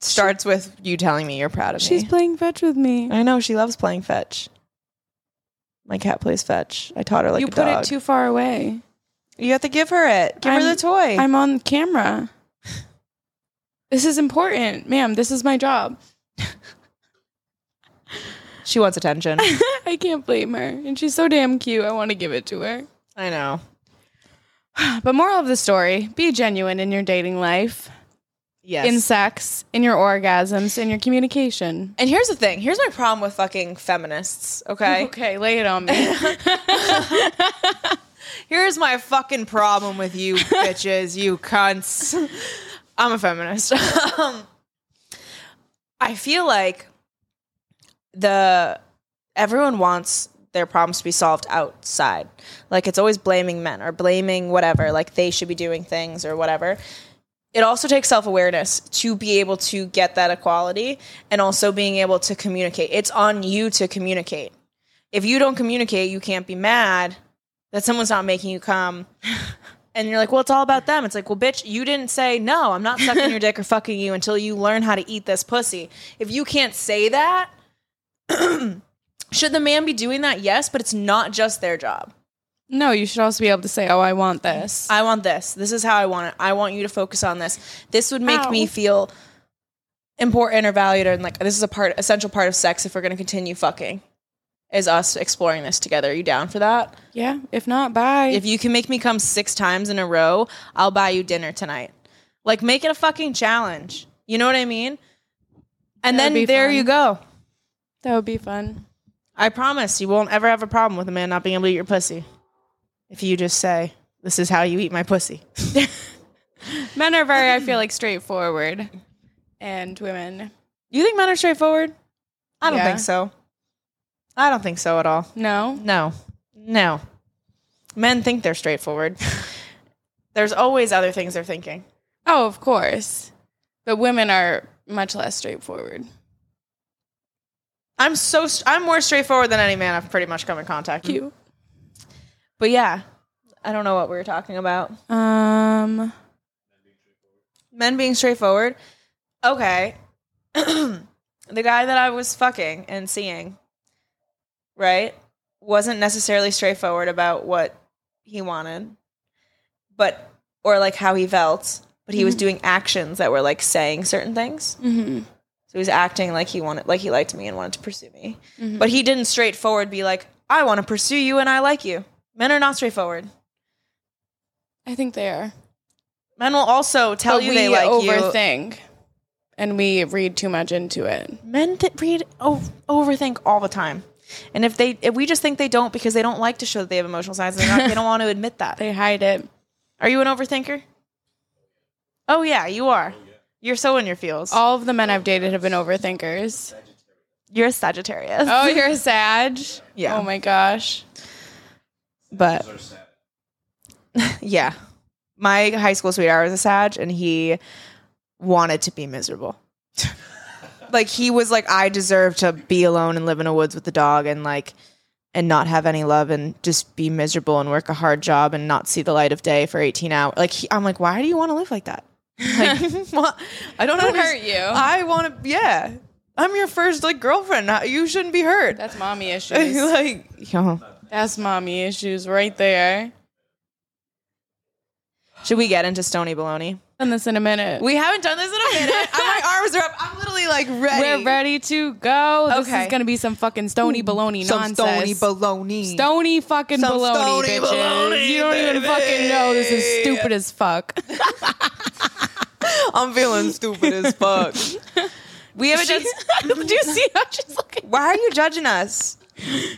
D: starts with you telling me you're proud of
B: She's
D: me.
B: playing fetch with me.
D: I know she loves playing fetch. My cat plays fetch. I taught her like
B: you
D: a
B: put
D: dog.
B: it too far away.
D: You have to give her it. Give her
B: I'm-
D: the toy.
B: I'm on camera. This is important, ma'am. This is my job.
D: She wants attention.
B: I can't blame her. And she's so damn cute. I want to give it to her.
D: I know.
B: But moral of the story be genuine in your dating life,
D: Yes.
B: in sex, in your orgasms, in your communication.
D: and here's the thing. Here's my problem with fucking feminists, okay?
B: Okay, lay it on me.
D: Here's my fucking problem with you bitches, you cunts. I'm a feminist. um, I feel like the everyone wants their problems to be solved outside. Like it's always blaming men or blaming whatever, like they should be doing things or whatever. It also takes self awareness to be able to get that equality and also being able to communicate. It's on you to communicate. If you don't communicate, you can't be mad that someone's not making you come. And you're like, well, it's all about them. It's like, well, bitch, you didn't say, no, I'm not sucking your dick or fucking you until you learn how to eat this pussy. If you can't say that, should the man be doing that? Yes, but it's not just their job.
B: no, you should also be able to say, oh, I want this.
D: I want this. This is how I want it. I want you to focus on this. This would make
B: Ow.
D: me feel important or valued and like this is a part essential part of sex if we're gonna continue fucking. Is us exploring this together. Are you down for that?
B: yeah, if not, bye.
D: If you can make me come six times in a row, I'll buy you dinner tonight. Like, make it a fucking challenge. You know what I mean? And
B: That would
D: then
B: be
D: there
B: fun.
D: you go.
B: that would be fun.
D: I promise you won't ever have a problem with a man not being able to eat your pussy if you just say, This is how you eat my pussy.
B: Men are very, I feel like, straightforward. And women,
D: You think men are straightforward? I don't
B: Yeah.
D: think so. I don't think so at all.
B: no.
D: No, no. Men think they're straightforward. There's always other things they're thinking.
B: Oh, of course. But women are much less straightforward.
D: I'm so st- I'm more straightforward than any man I've pretty much come in contact with.
B: You.
D: But yeah, I don't know what we were talking about.
B: Um.
D: Men being straightforward. Okay. the guy that I was fucking and seeing, right, wasn't necessarily straightforward about what he wanted, but or like how he felt, but he
B: Mm-hmm.
D: was doing actions that were like saying certain things.
B: mhm.
D: So he was acting like he wanted, like he liked me and wanted to pursue me.
B: Mm-hmm.
D: But he didn't straightforward be like, "I want to pursue you and I like you." Men are not straightforward.
B: I think they are.
D: Men will also tell
B: but
D: you
B: we
D: they like you.
B: overthink, and we read too much into it.
D: Men that read oh, overthink all the time, and if they, if we just think they don't because they don't like to show that they have emotional signs, they're not, they don't want to admit that.
B: They hide it.
D: Are you an overthinker? Oh yeah, you are. You're so in your feels.
B: All of the men I've dated have been overthinkers.
D: You're a Sagittarius.
B: Oh, you're a Sag.
D: Yeah.
B: Oh my gosh.
D: but yeah, my high school sweetheart was a Sag, and he wanted to be miserable. like he was like, I deserve to be alone and live in a woods with the dog, and like, and not have any love, and just be miserable and work a hard job and not see the light of day for eighteen hours. Like he, I'm like, why do you want to live like that? Like, what? I don't
B: Don't
D: know.
B: hurt you.
D: I want to. Yeah, I'm your first like girlfriend. Not- You shouldn't be hurt.
B: That's mommy issues.
D: like, yeah.
B: That's mommy issues right there.
D: should we get into Stony Baloney?
B: And this in a minute.
D: We haven't done this in a minute. My arms are up. I'm literally like ready.
B: We're ready to go. This
D: Okay.
B: is gonna be some fucking stony baloney
D: Some
B: nonsense.
D: stony baloney.
B: Stony fucking
D: Some
B: baloney,
D: stony
B: bitches.
D: baloney,
B: you don't even
D: baby.
B: fucking know this is stupid as fuck.
D: I'm feeling stupid as fuck. We haven't done.
B: Do you see how she's looking?
D: Why are you judging us?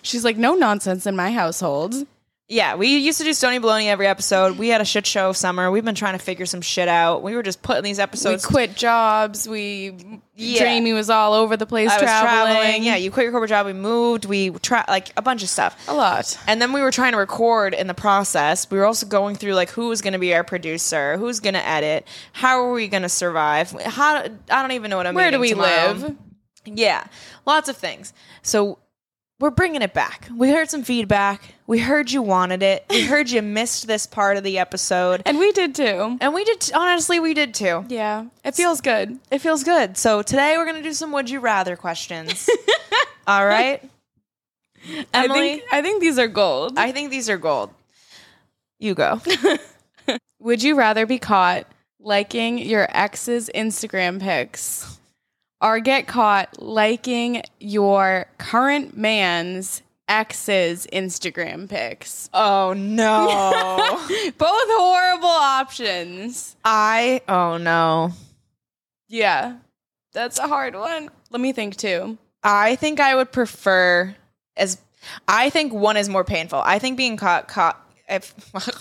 B: She's like, no nonsense in my household.
D: Yeah, we used to do Stony Baloney every episode. We had a shit show summer. We've been trying to figure some shit out. We were just putting these
B: we
D: episodes.
B: quit jobs. We
D: Yeah.
B: Jamie was all over the place
D: I was
B: traveling.
D: Yeah, you quit your corporate job. We moved. We tra- like a bunch of stuff.
B: a lot.
D: And then we were trying to record in the process. We were also going through like who was going to be our producer, who's going to edit, how are we going to survive? How I don't even know what I'm.
B: Where do we
D: eating tomorrow.
B: live?
D: Yeah, lots of things. So we're bringing it back. We heard some feedback. We heard you wanted it. We heard you missed this part of the episode,
B: And we did too.
D: and we did. Honestly, we did too.
B: Yeah, it feels good.
D: It feels good. So today we're going to do some "Would you rather" questions. All right, Emily.
B: I think I think these are gold.
D: I think these are gold. You go.
B: Would you rather be caught liking your ex's Instagram pics or get caught liking your current man's ex's Instagram pics?
D: Oh no.
B: Both horrible options.
D: I oh no.
B: Yeah. That's a hard one. Let me think too.
D: I think I would prefer as I think one is more painful. I think being caught caught if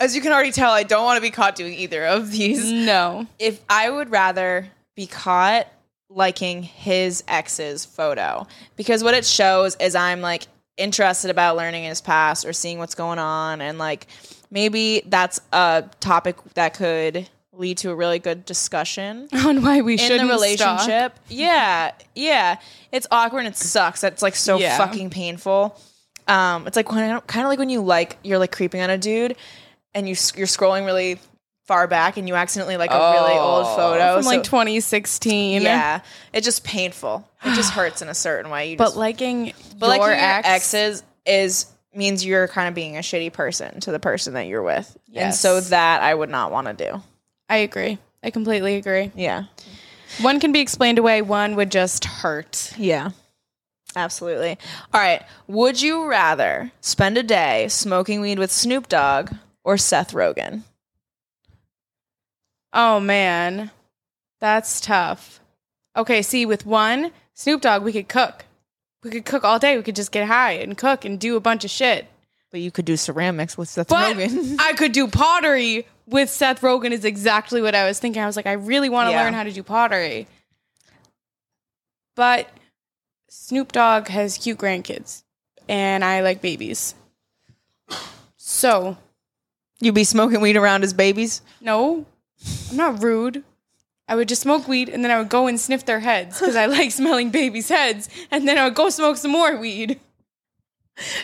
D: as you can already tell, I don't want to be caught doing either of these.
B: No.
D: If I would rather be caught liking his ex's photo because what it shows is I'm like interested about learning his past or seeing what's going on and like maybe that's a topic that could lead to a really good discussion
B: On why we
D: in
B: shouldn't
D: the
B: stalk.
D: relationship. Yeah, yeah. It's awkward and it sucks. It's like so
B: Yeah.
D: fucking painful. Um, it's like when kind of like when you like you're like creeping on a dude, and you s- you're scrolling really far back, and you accidentally like a really old photo.
B: Oh. From
D: So-
B: like 2016.
D: yeah, it's just painful. It just hurts in a certain way. You
B: But
D: just,
B: liking
D: but
B: your
D: liking
B: ex,
D: exes is means you're kind of being a shitty person to the person that you're with, and
B: Yes.
D: so that I would not want to do.
B: I agree. I completely agree.
D: Yeah,
B: One can be explained away, one would just hurt.
D: Yeah. Absolutely. All right. Would you rather spend a day smoking weed with Snoop Dogg or Seth Rogen?
B: Oh man, that's tough. Okay, see, with one Snoop Dogg, we could cook. We could cook all day. We could just get high and cook and do a bunch of shit.
D: But you could do ceramics with Seth
B: But
D: Rogen.
B: I could do pottery with Seth Rogen. Is exactly what I was thinking. I was like, I really want to
D: Yeah.
B: learn how to do pottery. But Snoop Dogg has cute grandkids, and I like babies. So
D: You'd be smoking weed around his babies?
B: no, I'm not rude. I would just smoke weed and then I would go and sniff their heads because I like smelling babies' heads. And then I would go smoke some more weed.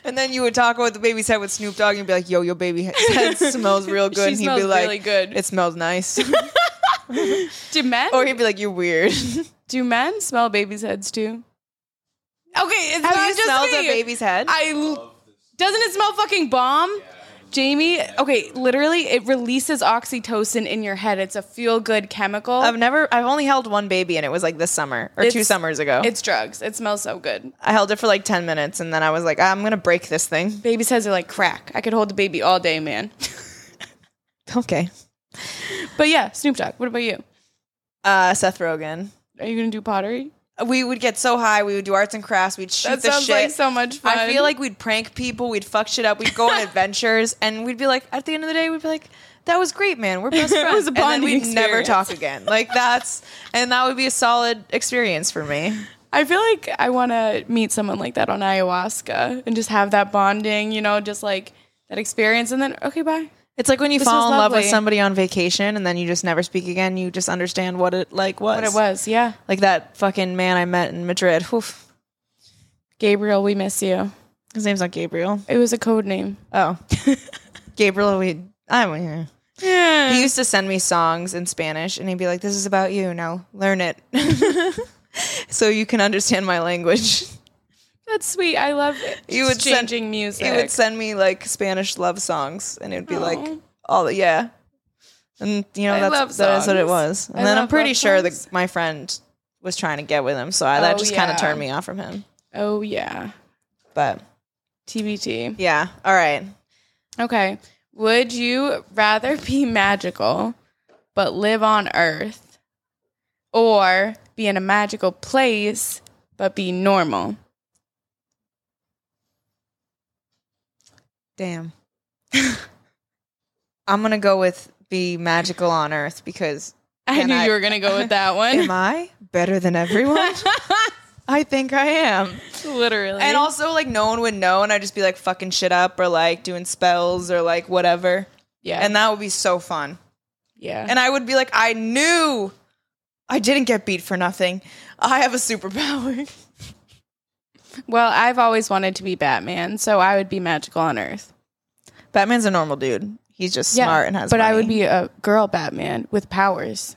D: And then you would talk about the baby's head with Snoop Dogg and you'd be like, yo, your baby he- head smells real good.
B: She
D: and he'd
B: smells
D: be like,
B: really good.
D: it smells nice.
B: Do men
D: or he'd be like, you're weird.
B: do men smell babies' heads too? Okay, it's
D: Have
B: not
D: you
B: just
D: smelled
B: me.
D: a baby's head?
B: I l- doesn't it smell fucking bomb? Jamie, okay, literally, it releases oxytocin in your head. It's a feel good chemical.
D: I've never, I've only held one baby and it was like this summer or two
B: It's-
D: summers ago.
B: it's drugs. It smells so good.
D: I held it for like 10 minutes and then I was like, I'm going to break this thing.
B: Baby's heads are like crack. I could hold the baby all day, man.
D: Okay.
B: but yeah, Snoop Dogg. What about you?
D: Uh, Seth Rogen.
B: Are you gonna do pottery?
D: We would get so high. We would do arts and crafts. We'd shoot
B: That
D: the
B: sounds
D: shit.
B: like so much fun.
D: I feel like we'd prank people. We'd fuck shit up. We'd go on adventures, and we'd be like, at the end of the day, we'd be like, "That was great, man. We're best
B: It
D: friends."
B: was a
D: and then
B: bonding
D: we'd never
B: experience.
D: talk again. Like that's, and that would be a solid experience for me.
B: I feel like I want to meet someone like that on ayahuasca and just have that bonding, you know, just like that experience. And then, okay, bye.
D: It's like when you
B: This
D: fall
B: was
D: in love with
B: lovely.
D: somebody on vacation, and then you just never speak again. You just understand what it like was.
B: What it was, yeah.
D: Like that fucking man I met in Madrid. Oof.
B: Gabriel, we miss you.
D: His name's not Gabriel.
B: It was a code name.
D: Oh, Gabriel. We. I went here.
B: Um,
D: He used to send me songs in Spanish and he'd be like, This is about you. Now learn it. so you can understand my language.
B: That's sweet. I love it.
D: You
B: You
D: would
B: would
D: send-
B: changing music.
D: He would send me like Spanish love songs and it'd be like,
B: Aw.
D: All the, yeah. And you know,
B: I
D: that's,
B: love
D: that's what it
B: songs.
D: was. And
B: I
D: then I'm
B: love
D: pretty
B: love
D: sure that
B: songs.
D: my friend was trying to get with him. So I, that
B: Oh,
D: just kind
B: yeah.
D: of turned me off from him.
B: oh yeah,
D: But
B: TBT.
D: yeah. All right.
B: Okay. Would you rather be magical but live on Earth, or be in a magical place but be normal?
D: Damn. I'm going to go with be magical on earth because
B: I
D: And
B: knew
D: I-
B: you were gonna go with that
D: am
B: one.
D: I better than everyone? I think I am.
B: Literally.
D: And also, like, no one would know, and I'd just be like fucking shit up or like doing spells or like whatever.
B: yeah,
D: And that would be so fun.
B: yeah.
D: And I would be like, I knew I didn't get beat for nothing. I have a superpower.
B: well, I've always wanted to be Batman, so I would be magical on Earth.
D: Batman's a normal dude. He's just smart and has
B: But I
D: money.
B: would be a girl Batman with powers.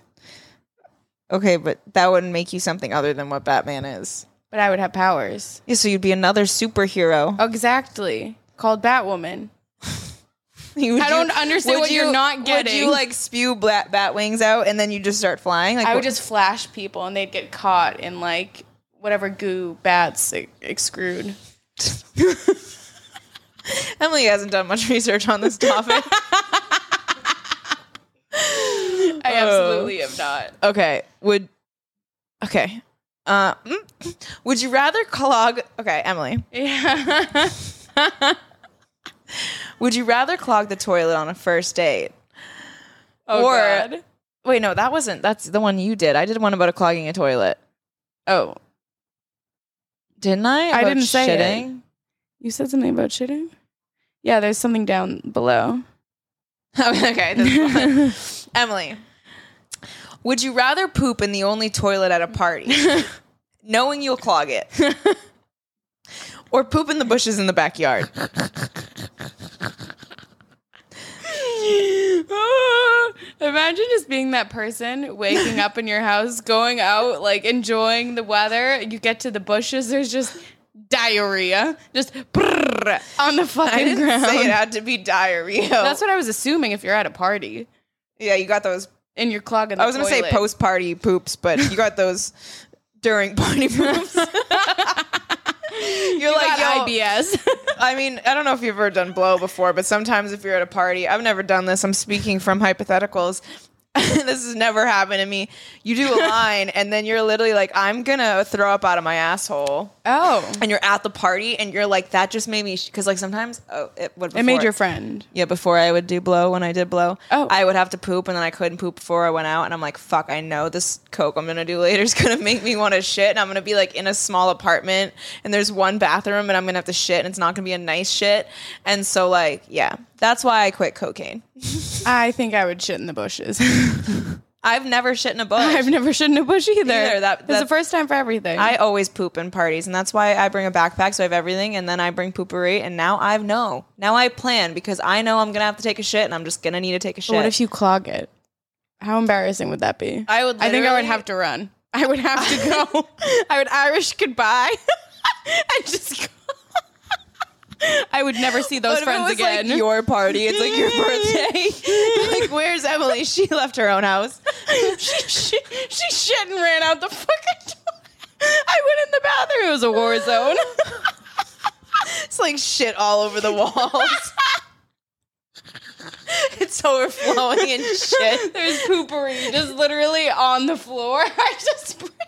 D: Okay, but that wouldn't make you something other than what Batman is.
B: But I would have powers.
D: Yeah, so you'd be another superhero.
B: Exactly. Called Batwoman.
D: You- would
B: I don't understand
D: would
B: what you're not
D: Would
B: getting.
D: you like spew bat, bat wings out and then you just start flying? Like
B: I
D: wh-
B: would just flash people and they'd get caught in like whatever goo bats e- excrude.
D: Emily hasn't done much research on this topic.
B: I absolutely am not.
D: Okay. Would okay. Uh, mm. would you rather clog? Okay, Emily.
B: Yeah.
D: Would you rather clog the toilet on a first date?
B: Oh,
D: Or-
B: God.
D: Wait, no, that wasn't. That's the one you did. I did one about a clogging a toilet,
B: Oh,
D: didn't I?
B: I
D: About
B: didn't say it.
D: shitting?
B: you said something about shitting? Yeah, there's something down below.
D: okay, this one. Emily. Would you rather poop in the only toilet at a party, knowing you'll clog it, or poop in the bushes in the backyard?
B: Imagine just being that person waking up in your house, going out, like enjoying the weather. You get to the bushes, there's just diarrhea, just brrr, on the fucking
D: I didn't
B: ground.
D: say it had to be diarrhea.
B: That's what I was assuming if you're at a party
D: yeah, you got those
B: and you're clogging. The
D: I was gonna say
B: toilet.
D: post party poops, but you got those during party poops. You're like
B: Got
D: yo,
B: IBS.
D: I mean, I don't know if you've ever done blow before, but sometimes if you're at a party, I've never done this. I'm speaking from hypotheticals. this has never happened to me. You do a line, and then you're literally like, "I'm gonna throw up out of my asshole,"
B: oh,
D: and you're at the party, and you're like, "That just made me," because like sometimes, oh, it, what
B: it made
D: before-
B: your friend.
D: yeah, before I would do blow, when I did blow,
B: Oh.
D: I would have to poop and then I couldn't poop before I went out. And I'm like, fuck, I know this Coke I'm going to do later is going to make me want to shit. And I'm going to be like in a small apartment and there's one bathroom and I'm going to have to shit and it's not going to be a nice shit. And so, like, yeah, that's why I quit cocaine.
B: I think I would shit in the bushes.
A: I've never shit in a bush.
B: I've never shit in a bush either.
A: Either, that-
B: it's the
A: that's-
B: first time for everything.
D: I always poop in parties, and that's why I bring a backpack so I have everything, and then I bring poopery, and now I know. Now I plan because I know I'm gonna have to take a shit, and I'm just gonna need to take a shit.
B: What if you clog it? How embarrassing would that be?
A: I would
B: I think I would
A: literally-
B: have to run. I would have to go. I would Irish goodbye. and just. Go. I would never see
D: What if
B: those
D: it
B: friends
D: was, like,
B: again.
D: your party, it's like your birthday. like, where's Emily? She left her own house.
B: she, she shit and ran out the fucking door. I went in the bathroom. It was a war zone.
D: It's like shit all over the walls. it's overflowing and shit.
B: There's poopery just literally on the floor. I just.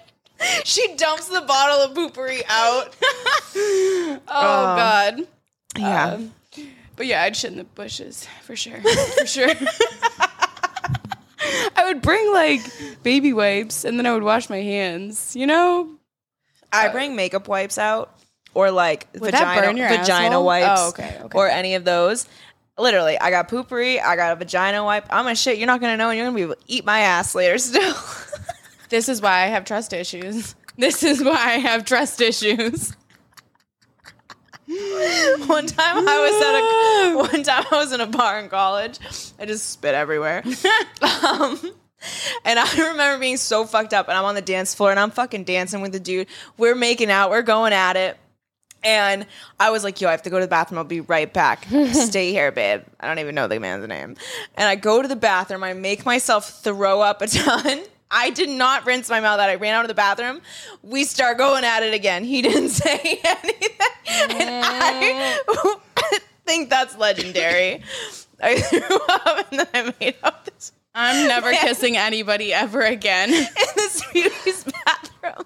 D: She dumps the bottle of poopery out.
B: Oh, God.
D: Yeah.
B: But yeah, I'd shit in the bushes for sure. For sure. I would bring like baby wipes and then I would wash my hands, you know?
D: I bring makeup wipes out or like
B: that
D: vagina,
B: burn your
D: vagina
B: asshole?
D: wipes
B: Oh, okay, okay.
D: or any of those. Literally, I got poopery, I got a vagina wipe. I'm gonna shit. You're not gonna know, and you're gonna be able to eat my ass later still.
B: This is why I have trust issues. This is why I have trust issues.
D: one time I was at a one time I was in a bar in college. I just spit everywhere. um, and I remember being so fucked up, and I'm on the dance floor, and I'm fucking dancing with the dude. We're making out, we're going at it. And I was like, yo, I have to go to the bathroom. I'll be right back. Stay here, babe. I don't even know the man's name. And I go to the bathroom. I make myself throw up a ton. I did not rinse my mouth out. I ran out of the bathroom. We start going at it again. He didn't say anything. And I think that's legendary. I threw up and then I made up this
B: I'm never kissing anybody ever again.
D: in this beauty's bathroom.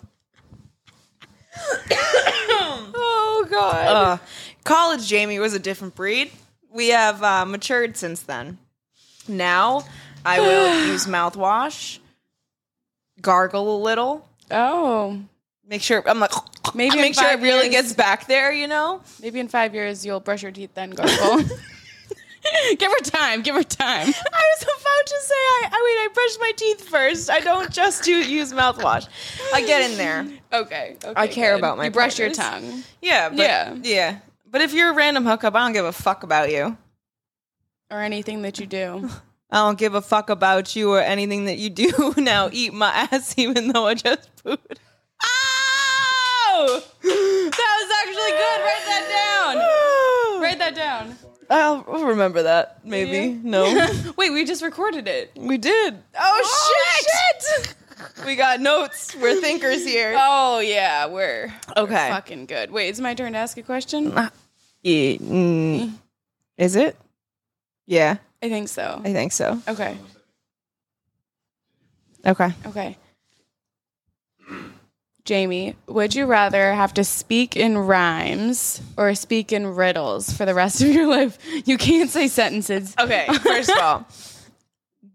B: Oh god.
D: Uh, college Jamie was a different breed. We have uh, matured since then. Now I will use mouthwash, gargle a little,
B: oh.
D: make sure I'm like
B: Maybe in
D: make sure it
B: five
D: really
B: years-
D: gets back there, you know.
B: Maybe in five years you'll brush your teeth then, Gargle. give her time. Give her time.
D: I was about to say I, I mean I brush my teeth first. I don't just do use mouthwash. I get in there.
B: Okay. okay
D: I care about my
B: You brush your
D: partners.
B: tongue.
D: Yeah, but,
B: Yeah.
D: yeah, yeah. But if you're a random hookup, I don't give a fuck about you.
B: Or anything that you do.
D: I don't give a fuck about you or anything that you do now. Eat my ass, even though I just pooped.
B: Oh! That was actually good. Write that down. Write that down.
D: I'll I'll remember that. Maybe. No.
B: Wait, we just recorded it.
D: we did. Oh, shit! We got notes. We're thinkers here.
B: Oh yeah, we're
D: Okay. Uh,
B: fucking good. Wait, it's my turn to ask a question?
D: Yeah, mm. Is it? Yeah,
B: I think so.
D: I think so.
B: Okay.
D: Okay.
B: Okay. Jamie, would you rather have to speak in rhymes or speak in riddles for the rest of your life? You can't say sentences.
D: Okay. First of all,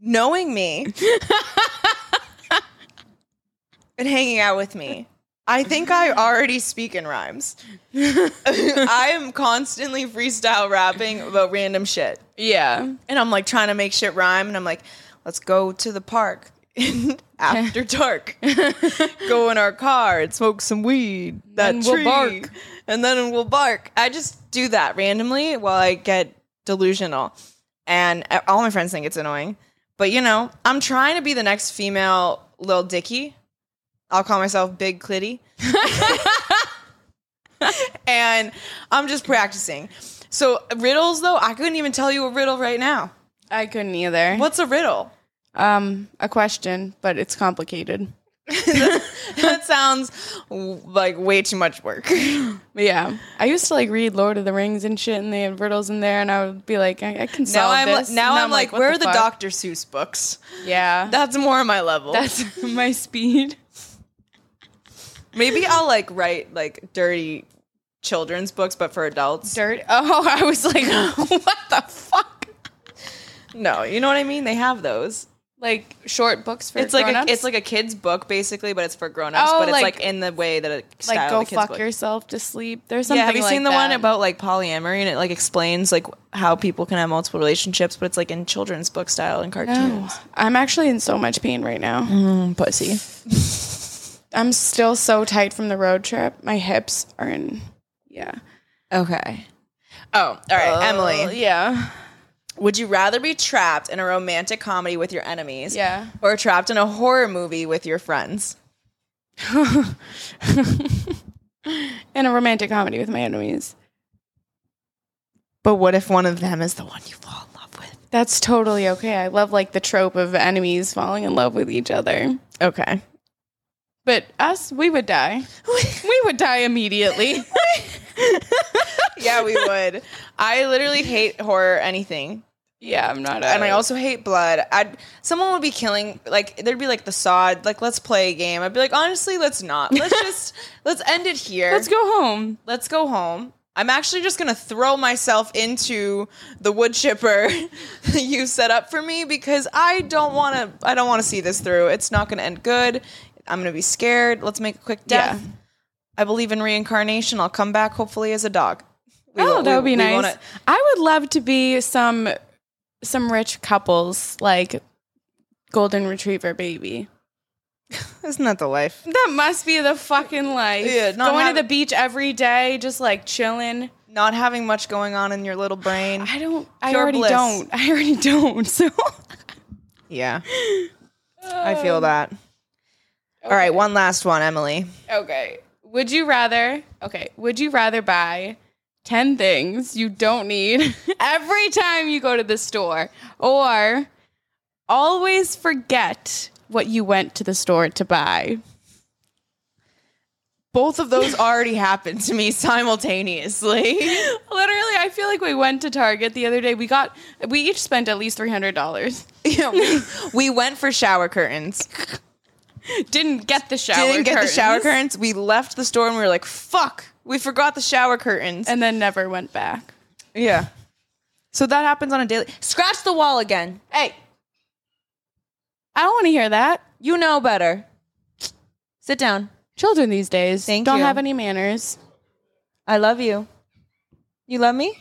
D: knowing me and hanging out with me, I think I already speak in rhymes. I am constantly freestyle rapping about random shit.
B: Yeah.
D: And I'm like trying to make shit rhyme. And I'm like, let's go to the park after dark. go in our car and smoke some weed. That
B: And we'll
D: tree.
B: bark.
D: And then we'll bark. I just do that randomly while I get delusional. And uh, all my friends think it's annoying. But you know, I'm trying to be the next female Lil Dicky. I'll call myself Big Clitty. and I'm just practicing. So riddles though, I couldn't even tell you a riddle right now.
B: I couldn't either.
D: What's a riddle?
B: Um, a question, but it's complicated.
D: that sounds w- like way too much work.
B: But yeah, I used to like read Lord of the Rings and shit, and they had riddles in there, and I would be like, I, I can
D: Now
B: solve
D: I'm
B: this.
D: li- now
B: And
D: I'm like,
B: what
D: where are the
B: fuck?
D: Dr. Seuss books?
B: Yeah,
D: That's more my level.
B: that's my speed.
D: Maybe I'll like write like dirty children's books, but for adults.
B: Dirt. Oh, I was like, what the fuck?
D: No, you know what I mean. They have those.
B: like short books for
D: It's like
B: grown-ups?
D: a, it's like a kid's book basically, but it's for grown-ups.
B: Oh,
D: but it's
B: like-
D: like, in the way that it
B: like
D: style
B: go
D: of a kid's
B: fuck
D: book.
B: yourself to sleep. There's something.
D: Yeah, have you
B: like
D: seen the
B: that.
D: one about like polyamory and it like explains like how people can have multiple relationships, but it's like in children's book style and cartoons.
B: Oh, I'm actually in so much pain right now.
D: Pussy.
B: I'm still so tight from the road trip. My hips are in. Yeah.
D: Okay. Oh, all right, Emily.
B: Yeah.
D: Would you rather be trapped in a romantic comedy with your enemies,
B: Yeah.
D: or trapped in a horror movie with your friends?
B: In a romantic comedy with my enemies.
D: But what if one of them is the one you fall in love with?
B: That's totally okay. I love like the trope of enemies falling in love with each other.
D: Okay.
B: But us, we would die. we would die immediately.
D: yeah, we would. I literally hate horror anything.
B: yeah, I'm not. A,
D: and I also hate blood. I'd someone would be killing like there'd be like the sod like let's play a game. I'd be like honestly let's not. Let's just let's end it here.
B: let's go home.
D: Let's go home. I'm actually just gonna throw myself into the wood chipper you set up for me because I don't want to. I don't want to see this through. It's not gonna end good. I'm gonna be scared. Let's make a quick death.
B: Yeah.
D: I believe in reincarnation. I'll come back hopefully as a dog. We
B: oh,
D: wa-
B: that
D: we-
B: would be
D: we
B: nice.
D: wanna-
B: I would love to be some some rich couples like golden retriever baby.
D: Isn't that the life?
B: That must be the fucking life.
D: Yeah, not
B: going
D: having-
B: to the beach every day, just like chilling.
D: Not having much going on in your little brain.
B: I don't. I
D: Pure
B: already
D: bliss.
B: don't. I already don't. So
D: Yeah. Um, I feel that. All right, one last one, Emily.
B: okay. Would you rather? Okay. Would you rather buy ten things you don't need every time you go to the store, or always forget what you went to the store to buy?
D: Both of those already happened to me simultaneously.
B: Literally, I feel like we went to Target the other day. We got we each spent at least three hundred dollars.
D: Yeah, we, we went for shower curtains.
B: Didn't get the shower.
D: Didn't get
B: curtains,
D: the shower curtains. We left the store and we were like, fuck, we forgot the shower curtains.
B: and then never went back.
D: yeah. So that happens on a daily. Scratch the wall again. Hey,
B: I don't want to hear that.
D: you know better. Sit down.
B: Children these days
D: Thank
B: don't
D: you.
B: have any manners.
D: I love you. You love me?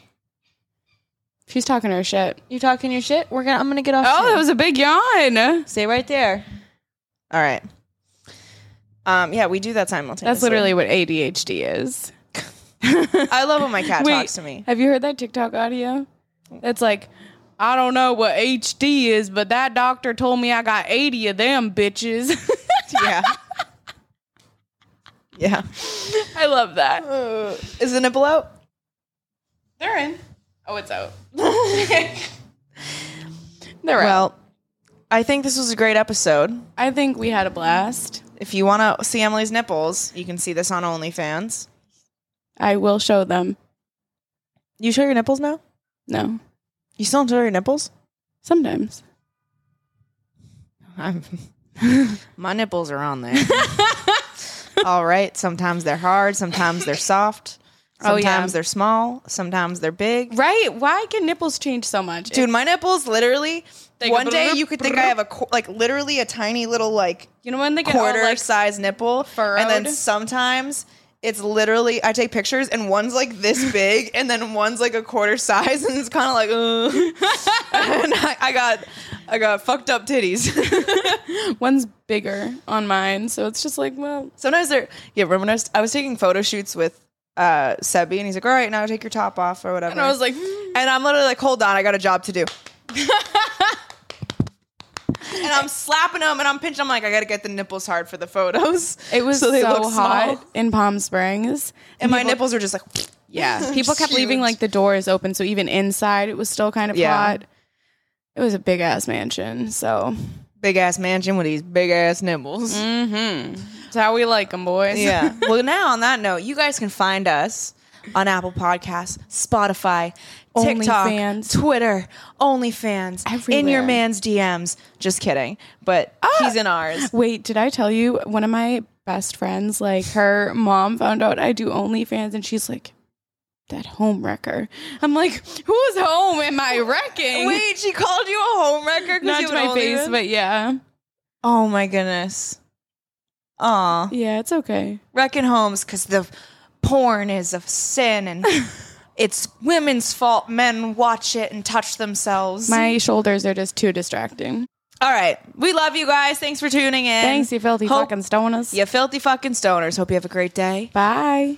B: She's talking her shit.
D: You talking your shit? We're gonna. I'm gonna get off.
B: Oh,
D: soon.
B: that was a big yawn.
D: Stay right there. All right. Um, yeah, we do that simultaneously.
B: That's literally what ADHD is.
D: I love when my cat
B: Wait,
D: talks to me.
B: Have you heard that TikTok audio? It's like, I don't know what HD is, but that doctor told me I got 80 of them bitches.
D: Yeah. yeah.
B: I love that.
D: Is the nipple out?
B: Uh, They're in. Oh, it's out. They're out.
D: Well, I think this was a great episode.
B: I think we had a blast.
D: If you want to see Emily's nipples, you can see this on OnlyFans.
B: I will show them.
D: You show your nipples now?
B: No,
D: You still don't show your nipples?
B: sometimes.
D: I'm, my nipples are on there. All right. Sometimes they're hard. Sometimes they're soft.
B: Oh,
D: Sometimes
B: yeah.
D: they're small. Sometimes they're big.
B: Right? Why can nipples change so much?
D: dude my nipples literally
B: They go
D: one day you could think i have a qu- like literally a tiny little like
B: You know when they get all,
D: quarter
B: like,
D: size nipple and then
B: furrowed?
D: sometimes it's literally i take pictures and one's like this big and then one's like a quarter size and it's kind of like "Ugh." and I, I got i got fucked up titties
B: One's bigger on mine, so it's just like, well,
D: sometimes they're yeah remember when I was, I was taking photo shoots with uh sebi and he's like all right now take your top off or whatever
B: and I was like, "Mm."
D: And I'm literally like, hold on, I got a job to do. and I'm slapping them and I'm pinching. I'm like, I gotta get the nipples hard for the photos.
B: it was so,
D: they look
B: hot
D: small.
B: in Palm Springs.
D: And my nipples are just like,
B: Yeah, people kept leaving
D: Huge.
B: like the doors open, so even inside it was still kind of
D: Yeah.
B: hot. It was a big ass mansion, so
D: big ass mansion with these big ass nipples.
B: that's how we like them, boys.
D: Yeah. well, now on that note, you guys can find us on Apple Podcasts, Spotify, TikTok,
B: OnlyFans.
D: Twitter, OnlyFans, in
B: Everywhere. Ah!
D: your man's DMs. Just kidding, but he's in ours.
B: Wait, did I tell you one of my best friends? Like her mom found out I do OnlyFans, and she's like, that home wrecker. I'm like, whose home am I wrecking?
D: Wait, she called you a home wrecker because
B: Not
D: you
B: to
D: had
B: my
D: only
B: face,
D: been-
B: but yeah.
D: oh my goodness. Aw,
B: Yeah, it's okay.
D: wrecking homes because the porn is a sin and it's women's fault. Men watch it and touch themselves.
B: My shoulders are just too distracting.
D: All right, we love you guys. Thanks for tuning in.
B: Thanks, you filthy
D: Hope-
B: fucking stoners.
D: you filthy fucking stoners. Hope you have a great day.
B: Bye.